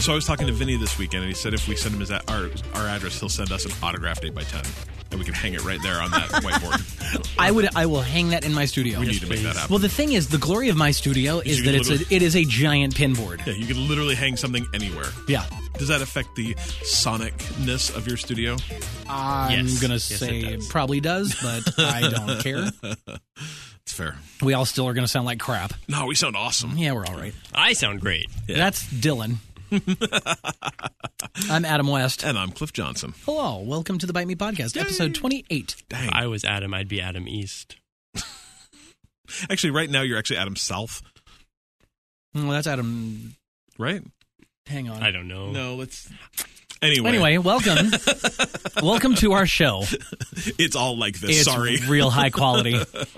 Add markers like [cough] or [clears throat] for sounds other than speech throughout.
So I was talking to Vinny this weekend, and he said if we send him his a- our our address, he'll send us an autographed eight by ten, and we can hang it right there on [laughs] that whiteboard. I would. I will hang that in my studio. We need to make that happen. Well, the thing is, the glory of my studio is, you that can it's a, literally- it is a giant pinboard. yeah, you can literally hang something anywhere. Yeah, Does that affect the sonicness of your studio? I'm Yes. gonna Yes, it say does. it probably does, [laughs] but I don't care. It's fair. We all still are gonna sound like crap. No, we sound awesome. Yeah, we're all right. I sound great. That's [laughs] Dylan. I'm Adam West. And I'm Cliff Johnson. Hello, welcome to the Bite Me Podcast, episode 28. Dang. I was Adam. I'd be Adam East. actually, right now you're actually Adam South, Well, that's Adam. right? Hang on. I don't know. No, let's. Anyway, Anyway, welcome. [laughs] welcome to our show. it's all like this. It's Sorry. real high [laughs] quality. Quality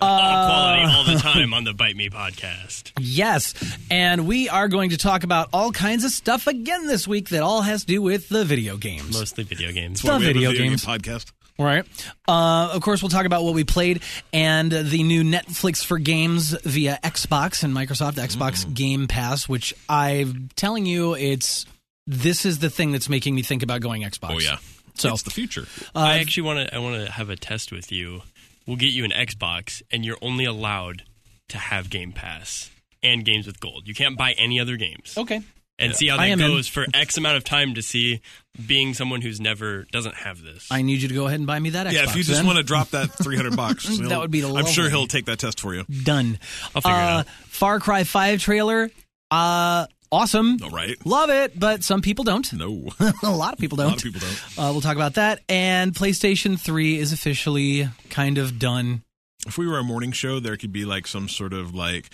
all Uh. the time on the Bite [laughs] Me podcast. Yes. And we are going to talk about all kinds of stuff again this week that all has to do with the video games. Mostly video games. Well- We have a video game games. podcast. Right. Uh, of course, we'll talk about what we played and uh, the new Netflix for games via Xbox and Microsoft Xbox Mm. Game Pass, which I'm telling you, it's this is the thing that's making me think about going Xbox. Oh yeah. So- it's the future. I actually want to. I want to have a test with you. We'll get you an Xbox, and you're only allowed to have Game Pass and games with gold. You can't buy any other games. Okay. And see how I that am in. goes for X amount of time to see being someone who's never doesn't have this. I need you to go ahead and buy me that Xbox. Yeah, if you just then. want to drop that 300 bucks, he'll- [laughs] That would be I'm sure lovely. he'll take that test for you. done. I'll figure it uh, out. Far Cry 5 trailer. Uh, awesome. All right. Love it, but some people don't. No. [laughs] a lot of people don't. A lot of people don't. Uh, we'll talk about that. And PlayStation 3 is officially kind of done. If we were a morning show, there could be like some sort of like,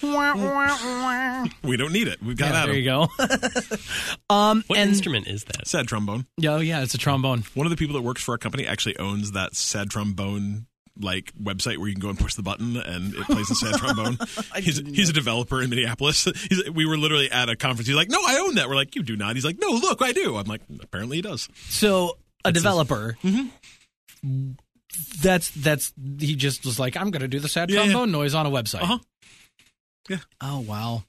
we don't need it. We've got Yeah, Adam. there you go. [laughs] what and- instrument is that? Sad trombone. oh, yeah, it's a trombone. One of the people that works for our company actually owns that sad trombone like website where you can go and push the button and it plays the sad trombone. He's, he's a developer in Minneapolis. [laughs] He's, we were literally at a conference. He's like, no, I own that. We're like, you do not. He's like, no, look, I do. I'm like, apparently he does. So a developer. Mm-hmm. That's that's he just was like I'm going to do the sad Yeah, yeah. trombone noise on a website. Uh-huh. Yeah. Oh wow.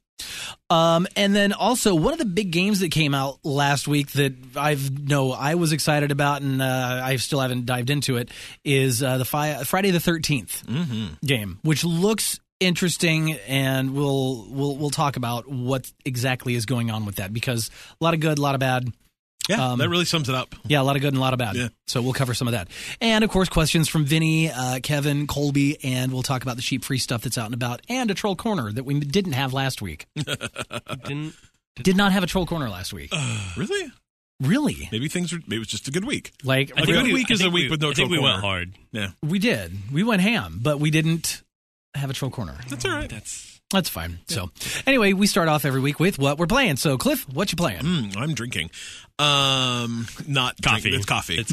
Um, and then also one of the big games that came out last week that I've no I was excited about and uh, I still haven't dived into it is uh, the fi- Friday the 13th Mm-hmm. game, which looks interesting, and we'll we'll we'll talk about what exactly is going on with that because a lot of good, a lot of bad. Yeah, Um, that really sums it up. Yeah, a lot of good and a lot of bad. Yeah. So we'll cover some of that. And of course, questions from Vinny, uh, Kevin, Colby, and we'll talk about the sheep free stuff that's out and about and a troll corner that we didn't have last week. Didn't Did not have a troll corner last week. Really? really? Maybe things were, maybe it was just a good week. Like, I A we, think good we- week I is a think week we- with no I think we troll went corner. hard. Yeah. we did. We went ham, but we didn't have a troll corner. That's all right. That's That's fine. So anyway, we start off every week with what we're playing. So, Cliff, what you playing? Mm, I'm drinking. Um, not drink- coffee. it's coffee. It's,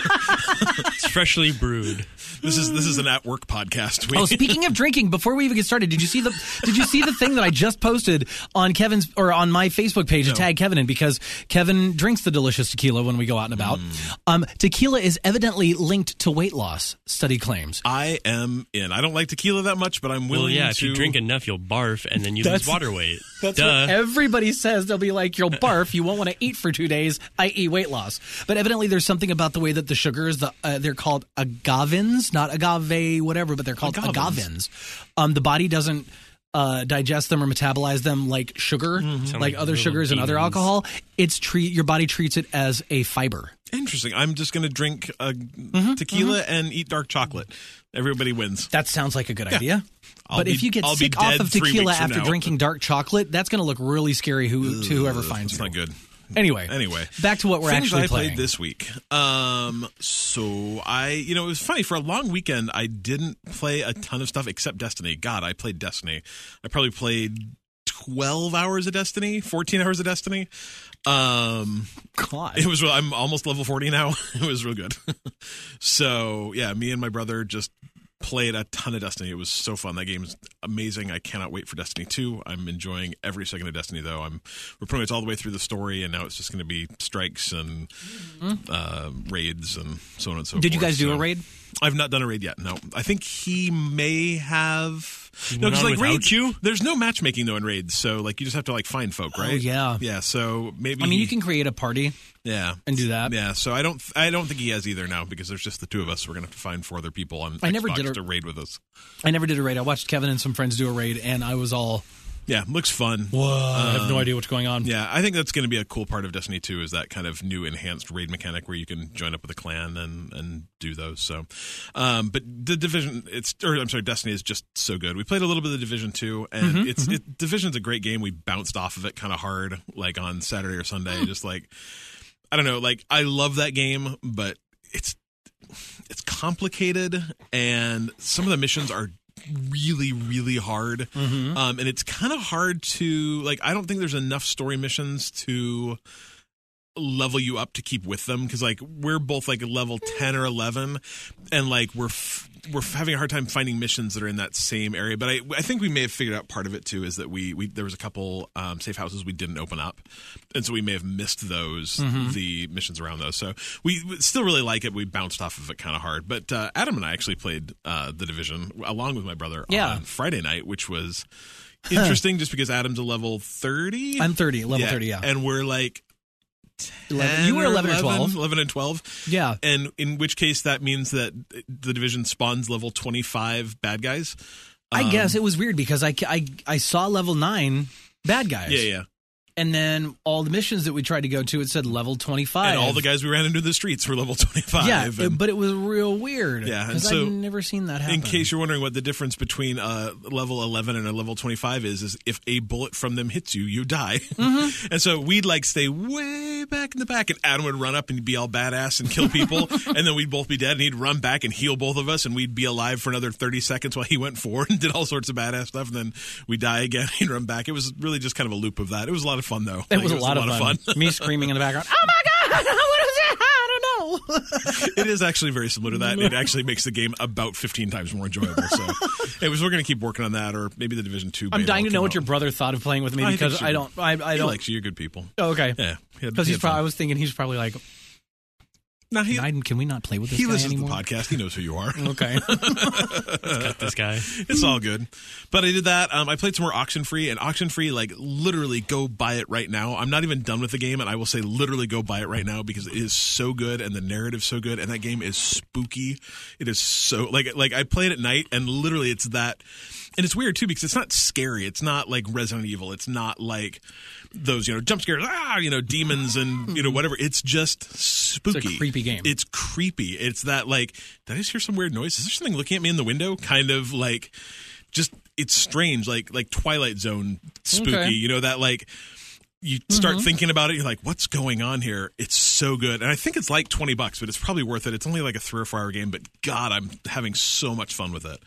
coffee. It's [laughs] freshly brewed. this is this is an at work podcast. We, [laughs] Oh, speaking of drinking, before we even get started, did you see the did you see the thing that I just posted on Kevin's or on my Facebook page to tag Kevin in because Kevin drinks the delicious tequila when we go out and about. Um, tequila is evidently linked to weight loss, study claims. I am in. I don't like tequila that much, but I'm willing Well, yeah. to If you drink enough, you'll barf, and then you [laughs] That's- lose water weight. Duh. Everybody says they'll be like, you'll barf, you won't want to eat for two days, i.e., weight loss. But evidently, there's something about the way that the sugars, the, uh, they're called agavins, not agave, whatever, but they're called agavins. Um, the body doesn't uh, digest them or metabolize them like sugar, Mm-hmm. like, like other little sugars and other demons. alcohol. It's treat your body treats it as a fiber. Interesting. I'm just going to drink uh, Mm-hmm, tequila and eat dark chocolate. Everybody wins. That sounds like a good idea. I'll but be- if you get I'll be sick off dead of three tequila weeks from after now. drinking dark chocolate, that's going to look really scary who, to whoever finds It's you. not good. Anyway, Anyway, back to what we're Things actually I playing. played this week. Um, so I, you know, it was funny for a long weekend. I didn't play a ton of stuff except Destiny. God, I played Destiny. I probably played twelve hours of Destiny, fourteen hours of Destiny. Um, [laughs] God. it was. real- I'm almost level forty now. [laughs] It was real good. so yeah, me and my brother just played a ton of Destiny. It was so fun. That game's amazing. I cannot wait for Destiny two. I'm enjoying every second of Destiny though. I'm we're pretty much all the way through the story, and now it's just going to be strikes and uh, raids and so on and so. Mm-hmm. Did you forth. guys do a So- raid? I've not done a raid yet. No, I think he may have. You No, went because on like without raids, you? Oh, there's no matchmaking though in raids, so like you just have to like find folk, right? yeah. yeah. So maybe I mean, he- you can create a party yeah, and do that. yeah. So I don't, I don't think he has either now because there's just the two of us. We're gonna have to find four other people on I never Xbox did a- to raid with us. I never did a raid. I watched Kevin and some friends do a raid, and I was all, Yeah, looks fun. whoa, Uh, I have no idea what's going on. Yeah, I think that's going to be a cool part of Destiny 2 is that kind of new enhanced raid mechanic where you can join up with a clan and and do those. So, um, but the division, it's or I'm sorry, Destiny is just so good. We played a little bit of Division 2, and Mm-hmm, it's It, Division's a great game. We bounced off of it kind of hard, like on Saturday or Hmm. Sunday. Just like I don't know, like I love that game, but it's it's complicated, and some of the missions are really really hard um, and it's kind of hard to like. I don't think there's enough story missions to level you up to keep with them because like we're both like level Hmm. ten or eleven, and like we're f- we're having a hard time finding missions that are in that same area. But I I think we may have figured out part of it too is that we we there was a couple um, safe houses we didn't open up, and so we may have missed those Mm-hmm. the missions around those. So we we still really like it. We bounced off of it kind of hard, but uh, Adam and I actually played uh, the division along with my brother Yeah. on Friday night, which [laughs] was interesting just because Adam's a level 30. I'm 30, level 30, yeah. And we're like 11 10 you were 11 or 12. 11 and 12. Yeah. And in which case that means that the division spawns level 25 bad guys. I guess it was weird because I, I, I saw level nine bad guys. Yeah, yeah. And then all the missions that we tried to go to, it said level 25. And all the guys we ran into in the streets were level 25. Yeah, and- it- but it was real weird. Yeah, and Because so- I've never seen that happen. in case you're wondering what the difference between a level 11 and a level 25 is, is if a bullet from them hits you, you die. [laughs] Mm-hmm. and so we'd like stay way back in the back, and Adam would run up and be all badass and kill [laughs] people, and then we'd both be dead, and he'd run back and heal both of us, and we'd be alive for another 30 seconds while he went forward and did all sorts of badass stuff, and then we die again, [laughs] he'd run back. It was really just kind of a loop of that. It was a lot of fun, though. It Like, was, a, lot of fun. [laughs] Me screaming in the background. Oh my god! [laughs] What was that? I don't know. it is actually very similar to that. and It actually makes the game about 15 times more enjoyable. [laughs] So, anyways, we're going to keep working on that, or maybe the Division 2. I'm beta dying will to know come what out. your brother thought of playing with me I think because she I don't. I, I He don't. likes you. You're good people. oh, okay. Yeah, he had- Because he he's had probably. I fun. was thinking he's probably like, No, he, Biden, can we not play with this he guy listens anymore? to the podcast. He knows who you are. Okay. Cut this guy. [laughs] it's all good. But I did that. Um, I played some more auction free, and auction free, like literally, go buy it right now. I'm not even done with the game, and I will say literally go buy it right now because it is so good, and the narrative's so good, and that game is spooky. It is so like like I played at night, and literally it's that, and it's weird too because it's not scary. It's not like Resident Evil. It's not like those you know jump scares, ah, you know demons and you know whatever. It's just spooky, creepy game. It's creepy. It's that like did I just hear some weird noise? Is there something looking at me in the window? Kind of like just it's strange, like like Twilight Zone spooky. Okay. You know that like you start thinking about it, you're like, what's going on here? It's so good, and I think it's like twenty bucks, but it's probably worth it. It's only like a three or four hour game, but God, I'm having so much fun with it.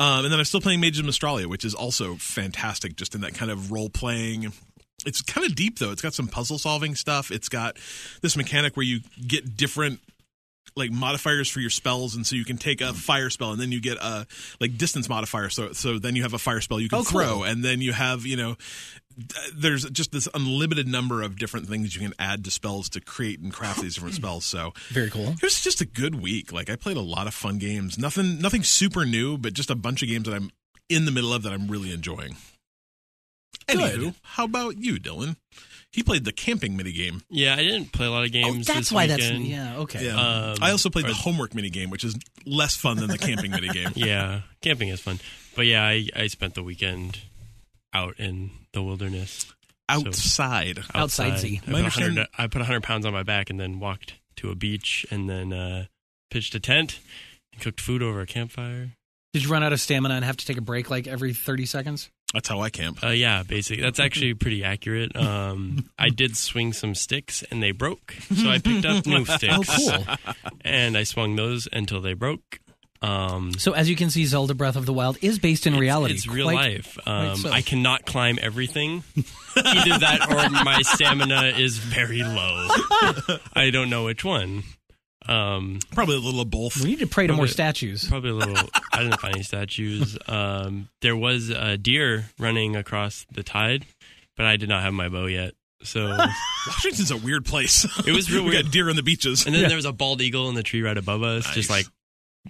Um, and then I'm still playing Mage of Australia, which is also fantastic, just in that kind of role playing it's kind of deep though. It's got some puzzle solving stuff. It's got this mechanic where you get different like modifiers for your spells and so you can take a fire spell and then you get a like distance modifier so so then you have a fire spell you can Oh, cool. throw and then you have you know d- there's just this unlimited number of different things you can add to spells to create and craft these different spells so Very cool. it was just a good week. Like I played a lot of fun games. Nothing nothing super new, but just a bunch of games that I'm in the middle of that I'm really enjoying. Anywho, Good. how about you, Dylan? He played the camping minigame. Yeah, I didn't play a lot of Oh, games. that's this why that's. weekend. Yeah. Okay. Yeah. Um, I also played or- the homework minigame, which is less fun than the camping minigame. [laughs] yeah, camping is fun. But yeah, I, I spent the weekend out in the wilderness. Outside. Outside sea. I My put, 100, understand- I put 100 pounds on my back and then walked to a beach and then uh, pitched a tent and cooked food over a campfire. Did you run out of stamina and have to take a break like every 30 seconds? That's how I camp. Uh, yeah, basically. That's actually [laughs] pretty accurate. Um, I did swing some sticks and they broke. So I picked up [laughs] new sticks. Oh, And I swung those until they broke. Um, So as you can see, Zelda Breath of the Wild is based in reality. It's real Quite- life. Um, so. I cannot climb everything. Either that or [laughs] my stamina is very low. I don't know which one. Um, Probably a little of both. We need to pray to more Probably- statues. probably a little. I didn't find any statues. Um, there was a deer running across the tide, but I did not have my bow yet. So, Washington's a weird place. [laughs] It was real [laughs] we [laughs] weird. got deer on the beaches. and then there was a bald eagle in the tree right above us, just Nice. like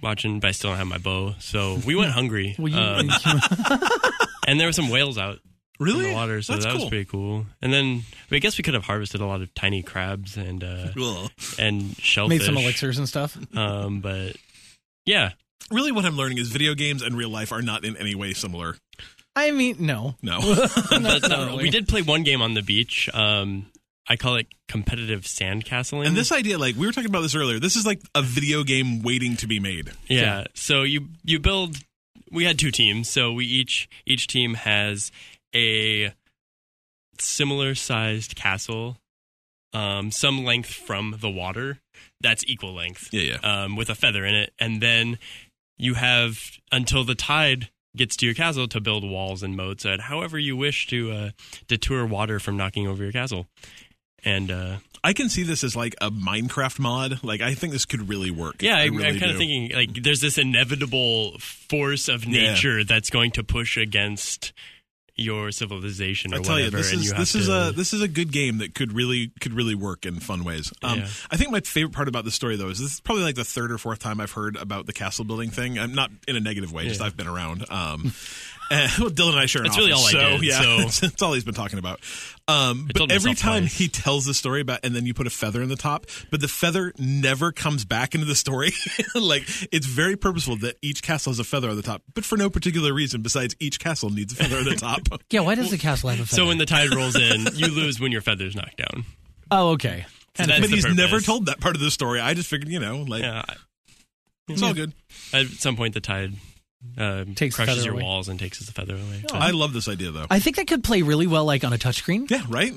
watching, but I still don't have my bow. So we went hungry. Hmm. Well, you, [laughs] um, and there were some whales out in the water, so That's that was cool. pretty cool. And then I guess we could have harvested a lot of tiny crabs and uh, Ugh. and [laughs] shellfish. made some elixirs and stuff. Um, but yeah, Really, what I'm learning is video games and real life are not in any way similar. I mean, [laughs] no. [laughs] No. Not but uh, really. we did play one game on the beach. Um, I call it competitive sand [laughs] castling. and this idea, like, we were talking about this earlier, this is like a video game waiting to be made. yeah. So you you build. We had two teams, so we each each team has a similar sized castle, um, some length from the water that's equal length. Yeah, yeah. um, with a feather in it, and then you have until the tide gets to your castle to build walls and moats, and however you wish to uh, deter water from knocking over your castle. And uh, I can see this as like a Minecraft mod. Like, I think this could really work. yeah, I, I really I'm kind do. of thinking like there's this inevitable force of Yeah. nature that's going to push against your civilization or I tell you, whatever. this and is you have this is to, a this is a good game that could really could really work in fun ways. Um, Yeah. I think my favorite part about the story though is this is probably like the third or fourth time I've heard about the castle building thing. I'm not in a negative way, just Yeah. I've been around. Um, [laughs] and, well, Dylan and I share an That's really office, all I so did, yeah, [laughs] so- that's, that's all he's been talking about. Um, but told every myself time twice. he tells the story about, and then you put a feather in the top, but the feather never comes back into the story. [laughs] like it's very purposeful that each castle has a feather on the top, but for no particular reason besides each castle needs a feather on the [laughs] top. Yeah, why does the castle have a feather? so when the tide [laughs] rolls in, you lose when your feather's knocked down. oh, okay. So that's but the he's never purpose. told that part of the story. I just figured, you know, like Yeah, I- it's all good. at some point the tide uh, Takes the crushes feather your away. walls and takes the feather away. I love this idea though. I think that could play really well, like on a touchscreen, yeah, right.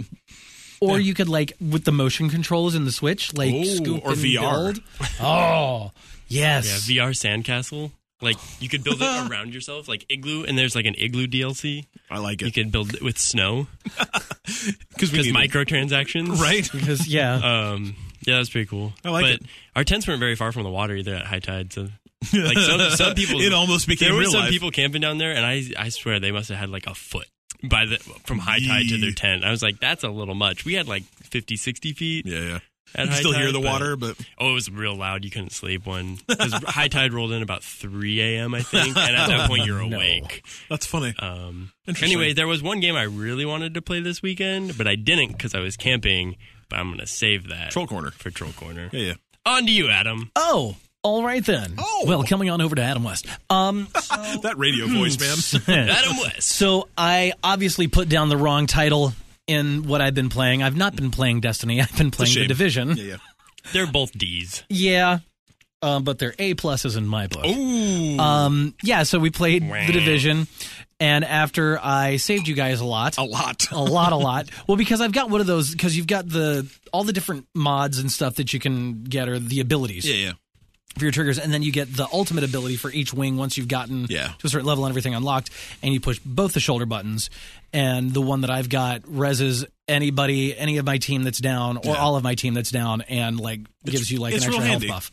or you could like with the motion controls in the Switch, like Ooh, scoop or and VR. [laughs] build. Oh, Yeah, yes. VR sandcastle. Like you [laughs] could build it around yourself, like igloo, and there's like an igloo DLC. I like You it could build it with snow because [laughs] because microtransactions. [laughs] right? [laughs] Because yeah, Uh, Um, yeah, that's pretty cool. I like but it. our tents weren't very far from the water either at high tide. [laughs] So like some, some people, it almost became there were real some life. people camping down there, and I I swear they must have had like a foot by the from high tide to their Yee. tent. I was like, that's a little much. We had like 50, 60 feet. yeah, [laughs] yeah. at You high still hear tide, the but- water, but Oh, it was real loud. You couldn't sleep [laughs] when because high tide rolled in about three a.m. I think, and [laughs] at that point you're No. awake. that's funny. Um, Interesting. anyway, there was one game I really wanted to play this weekend, but I didn't because I was camping. But I'm gonna save that Troll corner. for Troll Corner. Yeah, yeah. On to you, Adam. Oh, all right then. Oh. Well, coming on over to Adam West. Um, [laughs] That radio Hmm. voice, man. Adam West. so I obviously put down the wrong title in what I've been playing. I've not been playing Destiny. [laughs] I've been playing The shame. Division. Yeah, yeah. They're both D's. Yeah. Um, but they're A pluses in my book. Ooh, Um, yeah, so we played The Division, and after I saved you guys a lot, a lot. a lot, a lot. Well, because I've got one of those, because you've got the all the different mods and stuff that you can get, or the abilities Yeah, yeah. for your triggers, and then you get the ultimate ability for each wing once you've gotten Yeah. to a certain level and everything unlocked, and you push both the shoulder buttons. And the one that I've got reses anybody, any of my team that's down, or all of my team that's down, and like gives you like an it's extra real health handy. buff.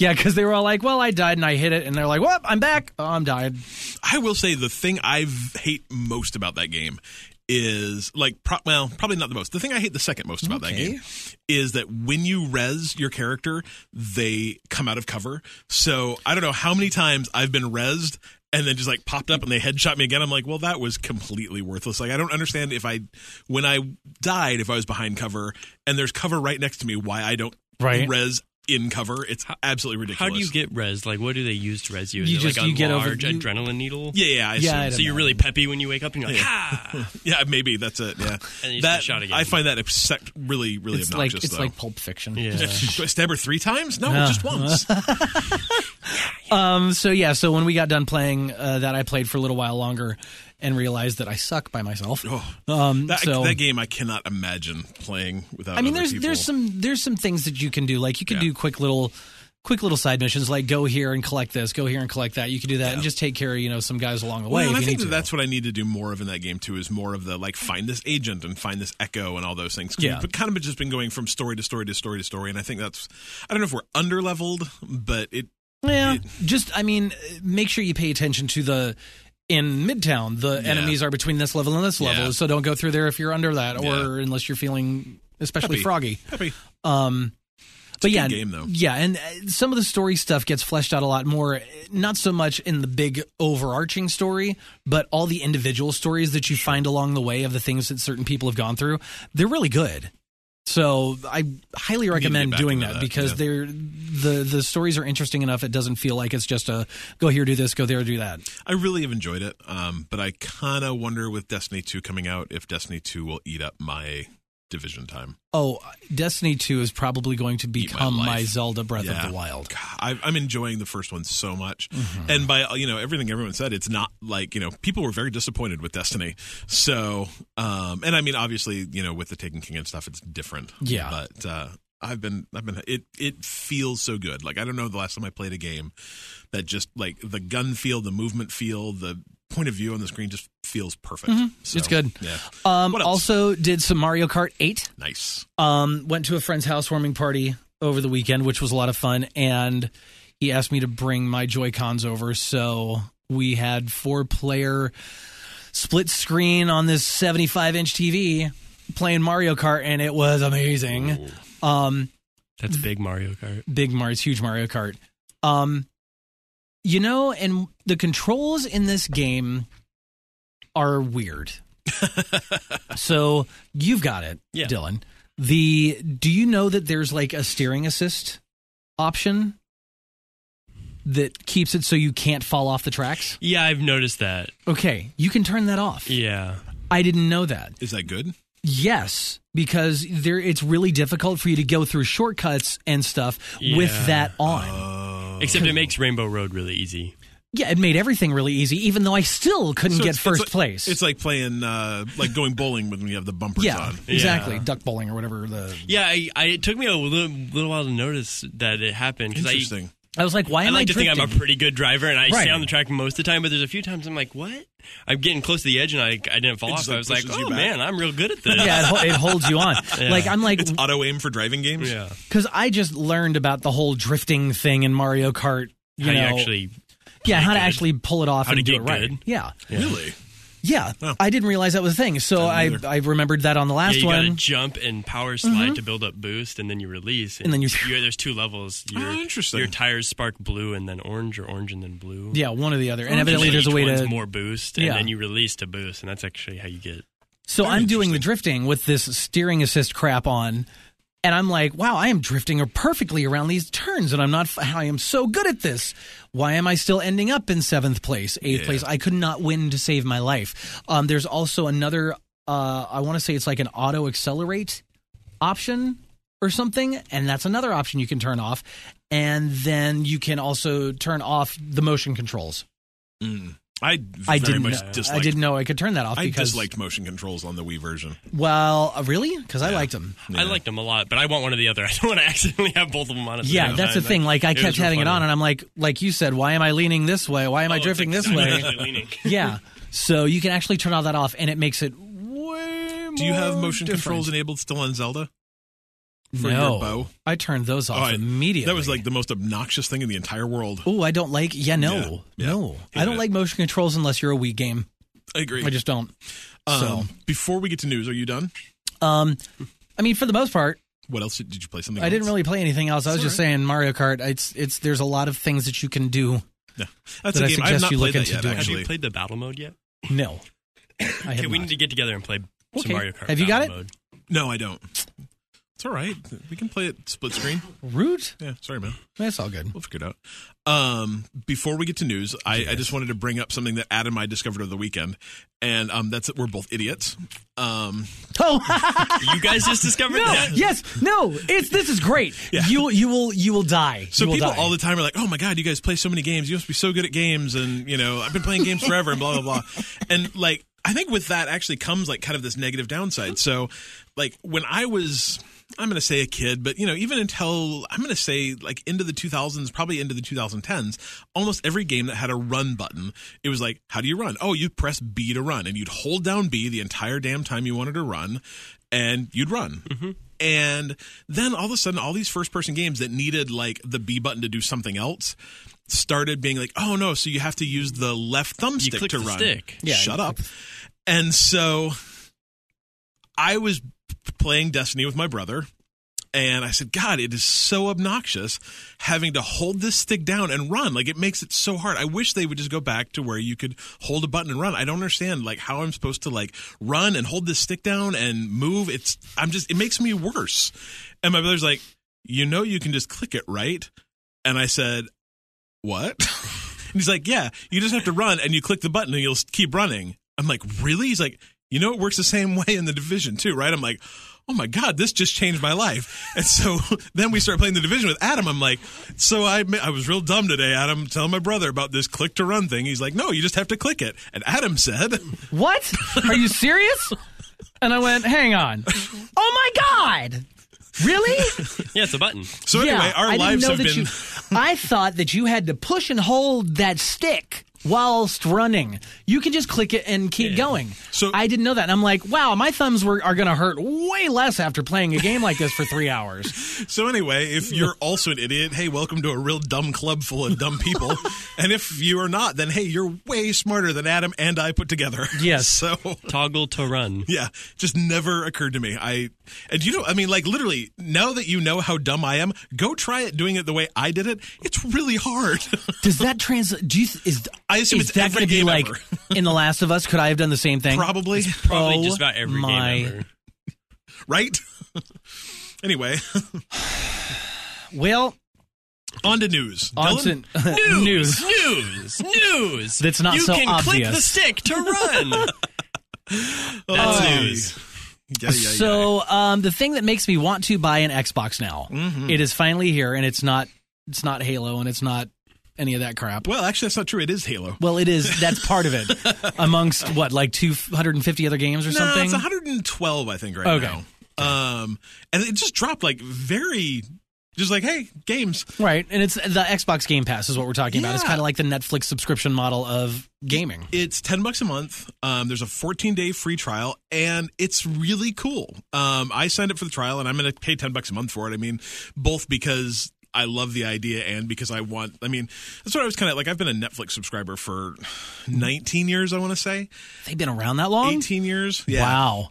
Yeah, because they were all like, "Well, I died and I hit it," and they're like, "Well, I'm back. Oh, I'm died." I will say the thing I v- hate most about that game is like pro- well probably not the most the thing i hate the second most about that Okay. game is that when you res your character they come out of cover so i don't know how many times i've been resed and then just like popped up and they headshot me again i'm like well that was completely worthless like i don't understand if i when i died if i was behind cover and there's cover right next to me why i don't Right. res in cover it's absolutely ridiculous [laughs] How do you get res? Like, what do they use to res you? Is You it just- like a you get over- large you- adrenaline needle? yeah yeah I Yeah, assume. I don't So you're know. really peppy when you wake up and you're like, ah. Yeah, maybe that's it. Yeah, [laughs] And you that just shot again. I find that obsec- really, really It's like obnoxious. it's though. [laughs] like Pulp Fiction. Yeah. [laughs] Do I stab her three times? No, Yeah. just [laughs] once. Um, so yeah, so when we got done playing uh, that, I played for a little while longer and realized that I suck by myself. um, Oh. that, so that game I cannot imagine playing without. I mean, other there's people. there's some there's some things that you can do. Like you can Yeah. do quick little quick little side missions, like go here and collect this, go here and collect that. You can do that and just take care of you know some guys along the way. Well, and if I you think need that to. that's what I need to do more of in that game too. Is more of the like find this agent and find this echo and all those things. 'Cause Yeah. we've kind of just been going from story to story to story to story, and I think that's I don't know if we're under leveled, but it Yeah, just I mean, make sure you pay attention to the in Midtown. The Yeah. enemies are between this level and this level, Yeah. so don't go through there if you're under that, or Yeah. unless you're feeling especially Peppy. froggy. Peppy. Um, but yeah, good game, though. yeah, and uh, some of the story stuff gets fleshed out a lot more. Not so much in the big overarching story, but all the individual stories that you find along the way of the things that certain people have gone through. They're really good. So I highly recommend back doing into that, that, because yeah. they're the the stories are interesting enough. It doesn't feel like it's just a go here, do this, go there, do that. I really have enjoyed it, um, but I kind of wonder with Destiny 2 coming out if Destiny 2 will eat up my division time. Oh, Destiny Two is probably going to become my, life. Zelda Breath Yeah. of the Wild. I, I'm enjoying the first one so much, Mm-hmm. and by you know everything everyone said, it's not like you know people were very disappointed with Destiny. So, um, and I mean obviously you know with the Taken King and stuff, it's different. Yeah. but uh, I've been I've been it it feels so good. Like I don't know the last time I played a game that just like the gun feel, the movement feel, the point of view on the screen just feels perfect. So, Mm-hmm. It's good. Yeah, Um, What else? also, did some Mario Kart Eight. nice. um, went to a friend's housewarming party over the weekend, which was a lot of fun, and he asked me to bring my Joy Cons over, so we had four player split screen on this 75 inch TV playing Mario Kart, and it was amazing. Ooh. Um, That's big Mario Kart. big Mario, it's huge Mario Kart. Um, you know, and the controls in this game are [laughs] weird. so you've got it, Yeah. Dylan. The do you know that there's like a steering assist option that keeps it so you can't fall off the tracks? Yeah, I've noticed that. Okay, you can turn that off. Yeah. I didn't know that. Is that good? Yes, because there it's really difficult for you to go through shortcuts and stuff with Yeah. that on. Uh, Except it makes Rainbow Road really easy. Yeah, it made everything really easy, even though I still couldn't so get it's- it's first like- place. It's like playing, uh, like going bowling when you have the bumpers [laughs] yeah, on. exactly. Yeah. Duck bowling or whatever. The Yeah, I, I, it took me a little, little while to notice that it happened. 'cause I, Interesting. I was like, why I am I, like to think I'm a drifting? pretty good driver, and I Right. stay on the track most of the time. But there's a few times I'm like, "What?" I'm getting close to the edge, and I, I didn't fall It off. just, so I like, was like, pushes you "Oh back. man, I'm real good at this." yeah, it, ho- it holds you on. [laughs] Yeah. Like I'm like It's auto aim for driving games. yeah. because I just learned about the whole drifting thing in Mario Kart. You How know, you actually? yeah, how to good. actually pull it off How and to do get it right. good. Yeah, Really? yeah. Oh. I didn't realize that was a thing, so I either. I remembered that on the Yeah, last you gotta one. Mm-hmm. jump and power slide to build up boost, and then you release, And then you- there's two levels. Your, Oh, interesting. Your tires spark blue and then orange, or orange and then blue. Yeah, one or the other, and And evidently then there's a each way one's to more boost, and Yeah. then you release to boost, and that's actually how you get. So Very I'm doing the drifting with this steering assist crap on, and I'm like, wow, I am drifting perfectly around these turns, and I'm not. I am so good at this. Why am I still ending up in seventh place, eighth Yeah. place? I could not win to save my life. Um, there's also another. Uh, I want to say it's like an auto accelerate option or something, and that's another option you can turn off. And then you can also turn off the motion controls. I very I didn't. much know, I disliked. didn't know I could turn that off I because disliked motion controls on the Wii version. well, uh, really, because I liked them. Yeah. I liked them a lot, but I want one or the other. [laughs] I don't want to accidentally have both of them on. At the Yeah, same that's the time. thing. Like I it was kept having it funny. on, and I'm like, like you said, why am I leaning this way? Why am I Oh, drifting it's [laughs] this like- way? I'm actually leaning. [laughs] yeah. So you can actually turn all that off, and it makes it way more. Do you have motion different. controls enabled still on Zelda? for no, your bow? I turned those off Oh, I- immediately. That was like the most obnoxious thing in the entire world. Oh, I don't like. Yeah, no, Yeah, yeah. no, I Yeah. don't like motion controls unless you're a Wii game. I agree. I just don't. um, Before we get to news, are you done? so, um, I mean, for the most part, What else did, did you play? Something I didn't else? really play anything else. I was just saying Mario Kart. It's it's there's a lot of things that you can do. That's that I a game I've suggest not you played look that into yet. doing. Have you Actually, played the battle mode yet? [coughs] No, I Okay, have we not. need to get together and play Okay. some Mario Kart. Have you got battle it? Mode. no, I don't. It's all right. We can play it split screen. Root. Yeah, sorry, man. That's all good. We'll figure it out. Um, before we get to news, I, I just wanted to bring up something that Adam and I discovered over the weekend, and um, that's that we're both idiots. Um, Oh. You guys [laughs] just discovered No, that? yes, no. It's this is great. You you will you will die. so You will people die. all the time are like, "Oh my god, you guys play so many games. You must be so good at games." And you know, I've been playing games forever, and blah [laughs] blah blah. And like, I think with that actually comes like kind of this negative downside. So, like when I was. I'm going to say a kid, but you know, even until I'm going to say like into the 2000s, probably into the 2010s, almost every game that had a run button, it was like, how do you run? Oh, you press B to run, and you'd hold down B the entire damn time you wanted to run, and you'd run. And then all of a sudden, all these first person games that needed like the B button to do something else started being like, oh no, so you have to use the left thumbstick click to the run. stick. Yeah, Shut you up. And so I was playing Destiny with my brother And I said, God, it is so obnoxious having to hold this stick down and run. Like it makes it so hard. I wish they would just go back to where you could hold a button and run. I don't understand like how I'm supposed to like run and hold this stick down and move. It's I'm just it makes me worse. And my brother's like, you know you can just click it, right? And I said, What? [laughs] and he's like, Yeah, you just have to run and you click the button and you'll keep running. I'm like, Really? He's like, You know, it works the same [laughs] way in the division too, right? I'm like, Oh my God, this just changed my life. And so [laughs] then we start playing the division with Adam. I'm like, so I, I was real dumb today, Adam, telling my brother about this click to run thing. He's like, no, you just have to click it. And Adam said, [laughs] What? Are you serious? And I went, hang on. Oh my God. Really? Yeah, it's a button. so anyway, yeah, our I lives didn't know have that been. You, I thought that you had to push and hold that stick whilst running. You can just click it and keep going. So- I didn't know that. And I'm like, wow, my thumbs were, are going to hurt way less after playing a game like this for three hours. So anyway, if you're also an idiot, hey, welcome to a real dumb club full of dumb [laughs] people. and if you are not, then hey, you're way smarter than Adam and I put together. [laughs] Yes. So Toggle to run. yeah, just never occurred to me. I and you know, I mean, like literally, now that you know how dumb I am, go try it doing it the way I did it. It's really hard. [laughs] Does that translate? Do you, th- is I assume is it's that every gonna be game like ever. in The Last of Us? Could I have done the same thing? Probably Probably Oh just about every my- game ever. right. [laughs] anyway, [laughs] Well, on to news. on Dylan? to- [laughs] news. news, news. That's not you so can click obvious. the stick to run. That's Oh. news. Yeah, yeah, yeah. so um, the thing that makes me want to buy an Xbox now, Mm-hmm. It is finally here, and it's not it's not Halo, and it's not any of that crap. well, actually, that's not true. It is Halo. Well, it is. That's part [laughs] of it. Amongst what, like 250 other games or No, something? it's 112, I think, right Okay. now. Um, and it just dropped like very, just like hey, games. right. And it's the Xbox Game Pass is what we're talking about. It's Yeah. kind of like the Netflix subscription model of gaming. It's 10 bucks a month. Um, there's a 14 day free trial, and it's really cool. Um, I signed up for the trial, and I'm going to pay 10 bucks a month for it. I mean, both because. I love the idea and because I want I mean that's what I was kind of like I've been a Netflix subscriber for 19 years I want to say They've been around that long? 18 years yeah Wow.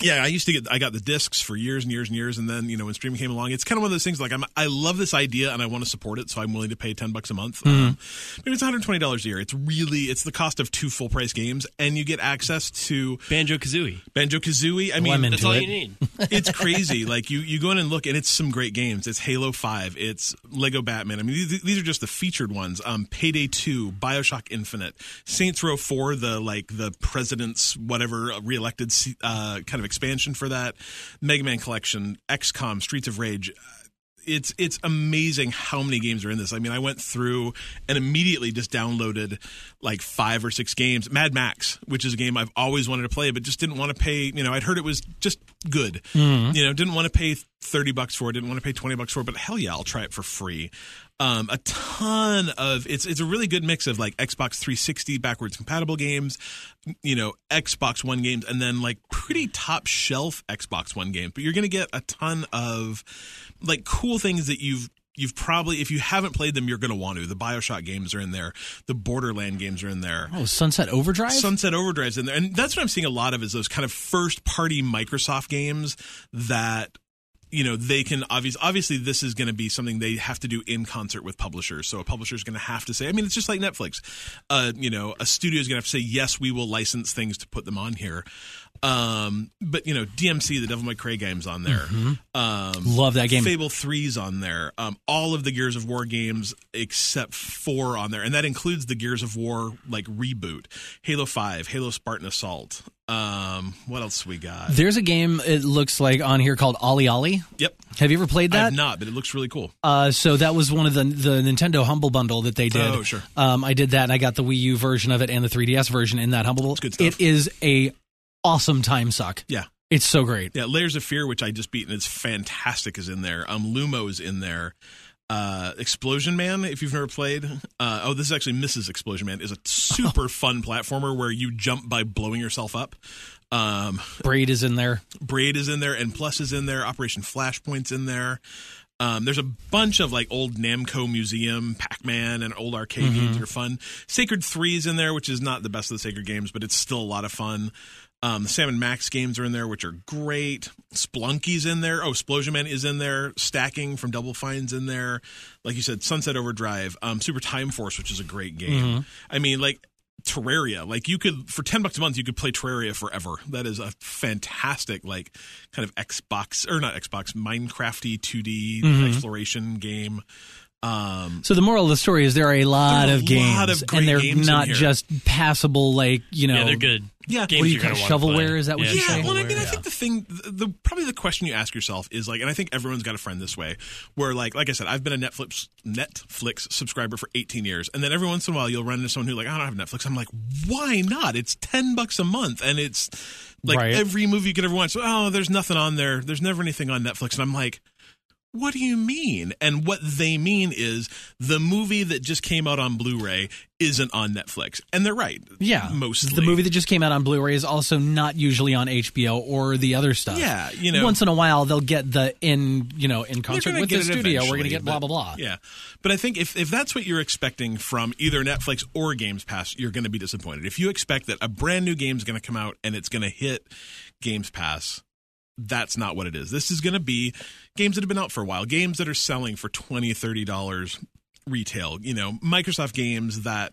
yeah, I used to get I got the discs for years and years and years, and then you know when streaming came along, it's kind of one of those things like I'm I love this idea and I want to support it, so I'm willing to pay ten bucks a month. Um, maybe it's 120 dollars a year. It's really it's the cost of two full price games, and you get access to Banjo Kazooie. [laughs] Banjo Kazooie. I mean, I'm That's into all it. [laughs] you need. it's crazy. Like you, you go in and look, and it's some great games. It's Halo Five. It's Lego Batman. I mean, these, these are just the featured ones. Um, Payday Two, Bioshock Infinite, Saints Row Four, the like the president's whatever reelected uh, kind of expansion for that, Mega Man Collection, XCOM, Streets of Rage it's it's amazing how many games are in this. I mean, I went through and immediately just downloaded like five or six games. Mad Max, which is a game I've always wanted to play, but just didn't want to pay. You know, I'd heard it was just good. You know, didn't want to pay thirty bucks for it. Didn't want to pay twenty bucks for it. But hell yeah, I'll try it for free. Um, a ton of it's it's a really good mix of like Xbox 360 backwards compatible games, you know, Xbox One games, and then like pretty top shelf Xbox One games. But you're gonna get a ton of like cool things that you've you've probably if you haven't played them, you're gonna want to. The Bioshock games are in there, the Borderland games are in there. Oh, Sunset Overdrive? Sunset Overdrive's in there, and that's what I'm seeing a lot of is those kind of first party Microsoft games that you know they can obviously obviously this is going to be something they have to do in concert with publishers so a publisher's going to have to say i mean it's just like netflix uh, you know a studio's going to have to say yes we will license things to put them on here um, but you know dmc the devil may cry game's on there um, Love that game. Fable 3's on there. Um, all of the Gears of War games except four on there, and that includes the Gears of War like reboot, Halo 5, Halo Spartan Assault. Um, what else we got? There's a game, it looks like, on here called Ollie Ollie. Yep, Have you ever played that? I've not, but it looks really cool. Uh, so that was one of the the Nintendo Humble Bundle that they did. Oh, sure. Um, I did that, and I got the Wii U version of it and the 3DS version in that Humble Bundle. good stuff. It is a awesome time suck. Yeah. It's so great. Yeah, Layers of Fear, which I just beat, and it's fantastic, is in there. Um, Lumo is in there. Uh, Explosion Man, if you've never played. Uh, oh, this is actually Mrs. Explosion Man, is a super [laughs] fun platformer where you jump by blowing yourself up. Um, Braid is in there. Braid is in there, and Plus is in there. Operation Flashpoint's in there. Um, there's a bunch of like old Namco Museum, Pac-Man, and old arcade games that are fun. Sacred Three's in there, which is not the best of the Sacred games, but it's still a lot of fun. Um, the Sam and Max games are in there, which are great. Splunky's in there. Oh, Splosion Man is in there. Stacking from Double Fine's in there. Like you said, Sunset Overdrive, um, Super Time Force, which is a great game. I mean, like Terraria. Like you could for ten bucks a month, you could play Terraria forever. That is a fantastic, like, kind of Xbox or not Xbox, Minecrafty 2D exploration game. Um, So the moral of the story is there are a lot There are a of games, lot of great and they're games in not here. just passable. Like you know, yeah, they're good. Yeah. games What do you you're call gonna it, wanna play. shovelware? Is that what you yeah, say? well, I mean, I shovelware, think the thing, the, the probably the question you ask yourself is like, and I think everyone's got a friend this way, where like, like I said, I've been a Netflix Netflix subscriber for 18 years, and then every once in a while you'll run into someone who like, I don't have Netflix. I'm like, why not? It's 10 bucks a month, and it's like Right. every movie you could ever watch. Oh, there's nothing on there. There's never anything on Netflix, and I'm like. What do you mean? And what they mean is the movie that just came out on Blu-ray isn't on Netflix, and they're right. yeah, mostly the movie that just came out on Blu-ray is also not usually on HBO or the other stuff. Yeah, you know, once in a while they'll get the in you know in They're concert gonna with get the it studio. We're going to eventually, get blah but- blah blah. Yeah, but I think if if that's what you're expecting from either Netflix or Games Pass, you're going to be disappointed. If you expect that a brand new game's going to come out and it's going to hit Games Pass, that's not what it is. This is going to be games that have been out for a while, games that are selling for twenty, thirty dollars retail. You know, Microsoft games that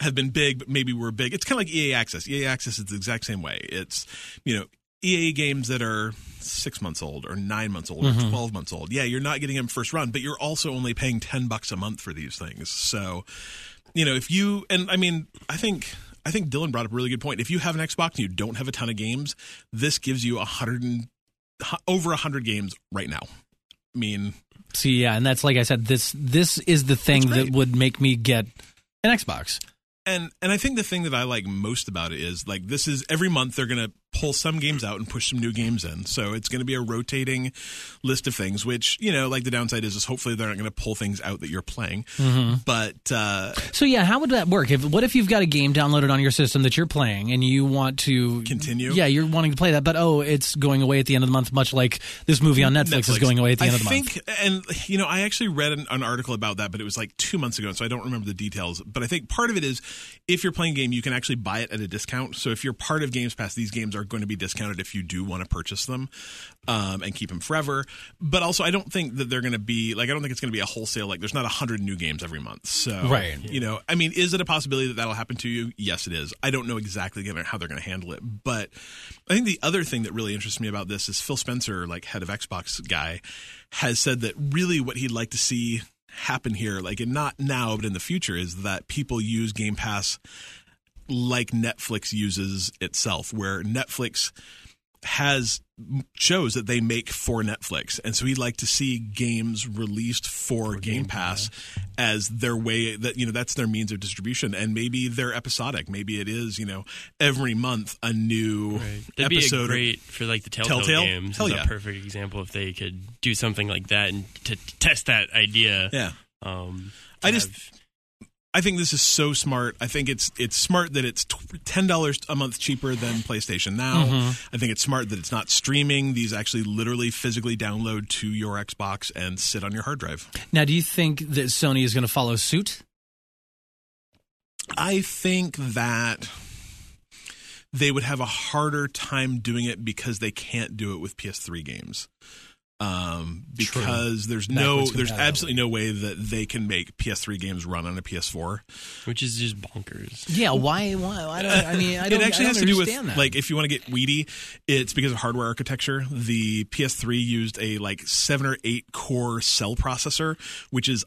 have been big, but maybe were big. It's kind of like EA Access. EA Access is the exact same way. It's you know EA games that are six months old or nine months old or twelve months old. Yeah, you're not getting them first run, but you're also only paying ten bucks a month for these things. So you know, if you and I mean, I think I think Dylan brought up a really good point. If you have an Xbox and you don't have a ton of games, this gives you a hundred and hu- over a hundred games right now. I mean, See, yeah, and that's like I said, this this is the thing That's that great. would make me get an Xbox. and and I think the thing that I like most about it is like this is every month they're going to pull some games out and push some new games in. So it's going to be a rotating list of things. Which you know, like the downside is, is hopefully they're not going to pull things out that you're playing. But uh, So yeah, how would that work? If what if you've got a game downloaded on your system that you're playing and you want to Continue? Yeah, you're wanting to play that, but oh, it's going away at the end of the month, much like this movie on Netflix, is going away at the I end of the month. think, And you know, I actually read an, an article about that, but it was like two months ago, so I don't remember the details. But I think part of it is if you're playing a game, you can actually buy it at a discount. So if you're part of Games Pass, these games are going to be discounted if you do want to purchase them um, and keep them forever. But also, I don't think that they're going to be like I don't think it's going to be a wholesale. Like there's not hundred new games every month, so Right. You know, I mean, is it a possibility that that'll happen to you? Yes, it is. I don't know exactly gonna- how they're going to handle it, but I think the other thing that really interests me about this is Phil Spencer, like head of Xbox guy, has said that really what he'd like to see happen here, like and not now but in the future, is that people use Game Pass like Netflix uses itself, where Netflix has shows that they make for Netflix, and so he'd like to see games released for, Game, Pass as their way that you know that's their means of distribution, and maybe they're episodic. Maybe it is you know every month a new That'd episode. be a or- great for like the Telltale, Telltale? games. Hell is yeah. a perfect example if they could do something like that and to test that idea. yeah, Um, I to just- have- I think this is so smart. I think it's it's smart that it's tw- ten dollars a month cheaper than PlayStation Now. I think it's smart that it's not streaming. These actually literally physically download to your Xbox and sit on your hard drive. Now, do you think that Sony is going to follow suit? I think that they would have a harder time doing it because they can't do it with PS3 games. Um, True. because there's no, Backwards there's compatibility. absolutely no way that they can make PS3 games run on a PS4. which is just bonkers. Yeah, why? Why? I don't. I mean, I [laughs] don't. it actually I has don't to do with understand that. like if you want to get weedy, it's because of hardware architecture. The PS3 used a like seven or eight core cell processor, which is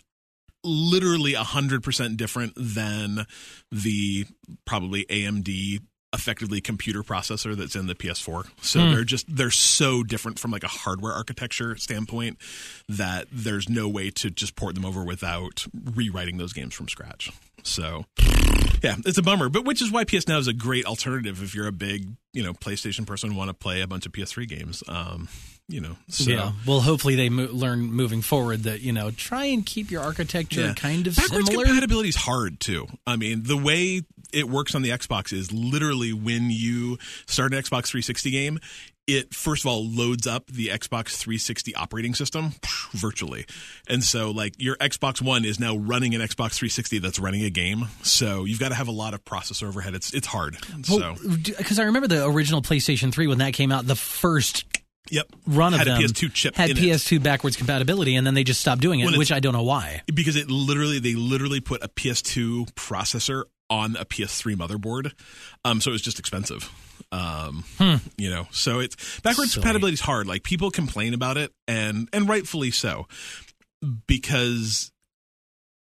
literally hundred percent different than the probably AMD effectively computer processor that's in the PS4. So they're just they're so different from like a hardware architecture standpoint that there's no way to just port them over without rewriting those games from scratch. So yeah, it's a bummer, but which is why PS Now is a great alternative if you're a big, you know, PlayStation person and want to play a bunch of PS3 games. Um, you know, so yeah. Well, hopefully they mo- learn moving forward that you know try and keep your architecture kind of backwards similar. compatibility is hard too. I mean, the way it works on the Xbox is literally when you start an Xbox 360 game, it first of all loads up the Xbox 360 operating system virtually. And so like your Xbox One is now running an Xbox 360 that's running a game. So you've got to have a lot of processor overhead. It's it's hard. So Because I remember the original PlayStation 3 when that came out, the first yep. run of Had a them PS2 chip had in it. PS2 backwards compatibility, and then they just stopped doing it, When it's- which I don't know why. because it literally they literally put a PS2 processor on a PS3 motherboard, um, so it was just expensive. Um, You know, so it's backwards Hmm. Silly. compatibility is hard. Like people complain about it, and and rightfully so, because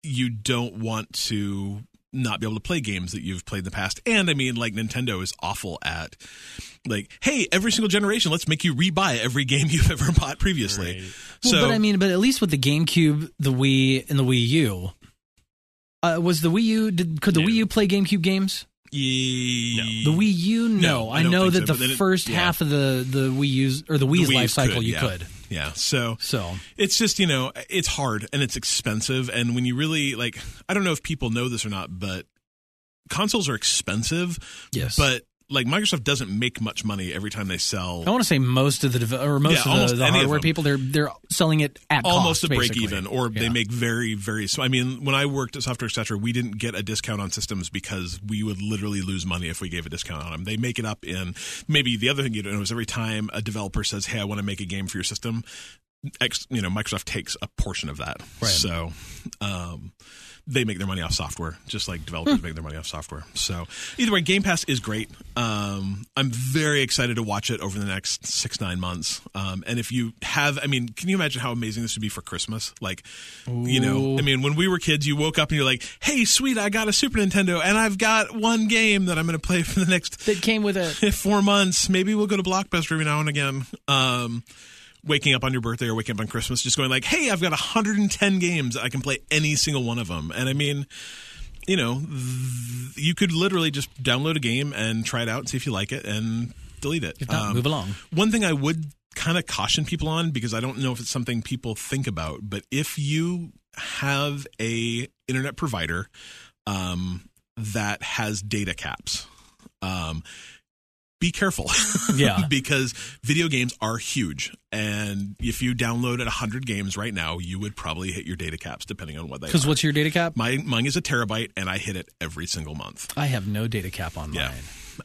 you don't want to not be able to play games that you've played in the past. And I mean, like Nintendo is awful at like, hey, every single generation, let's make you rebuy every [laughs] game you've ever bought previously. Right. Well, So but I mean, but at least with the GameCube, the Wii, and the Wii U, uh, was the Wii U? Did, could the No. Wii U play GameCube games? ye- The Wii U, no. No, I I, don't know think that so, the but then it- first yeah. half of the the Wii U's or the Wii's, Wii's life cycle, could, you yeah. could. yeah. So So it's just you know it's hard and it's expensive and when you really like i don't know if people know this or not but consoles are expensive yes, but like microsoft doesn't make much money every time they sell I want to say most of the dev- or most Yeah, of almost the, the any of hardware them. people they're they're selling it at almost cost, a break basically. even or they Yeah. make very very so i mean when i worked at software etc we didn't get a discount on systems because we would literally lose money if we gave a discount on them they make it up in maybe the other thing you don't know is every time a developer says hey i want to make a game for your system X, you know microsoft takes a portion of that Right. so um they make their money off software, just like developers Hmm. make their money off software. So, either way, Game Pass is great. Um, I'm very excited to watch it over the next six nine months. Um, and if you have, I mean, can you imagine how amazing this would be for Christmas? Like, you know, Ooh. I mean, when we were kids, you woke up and you're like, "Hey, sweet, I got a Super Nintendo, and I've got one game that I'm going to play for the next that came [laughs] with a four months. Maybe we'll go to Blockbuster every now and again. Um, waking up on your birthday or waking up on Christmas, just going like, "Hey, I've got 110 games. I can play any single one of them." And I mean, you know, th- you could literally just download a game and try it out and see if you like it and delete it. If not, Um, [laughs] move along. one thing I would kind of caution people on because I don't know if it's something people think about, but if you have a internet provider um, that has data caps, um, be careful. [laughs] Yeah. because video games are huge, and if you downloaded hundred games right now, you would probably hit your data caps depending on what they. Because Are. what's your data cap? My mine is a terabyte, and I hit it every single month. I have no data cap on Yeah. mine.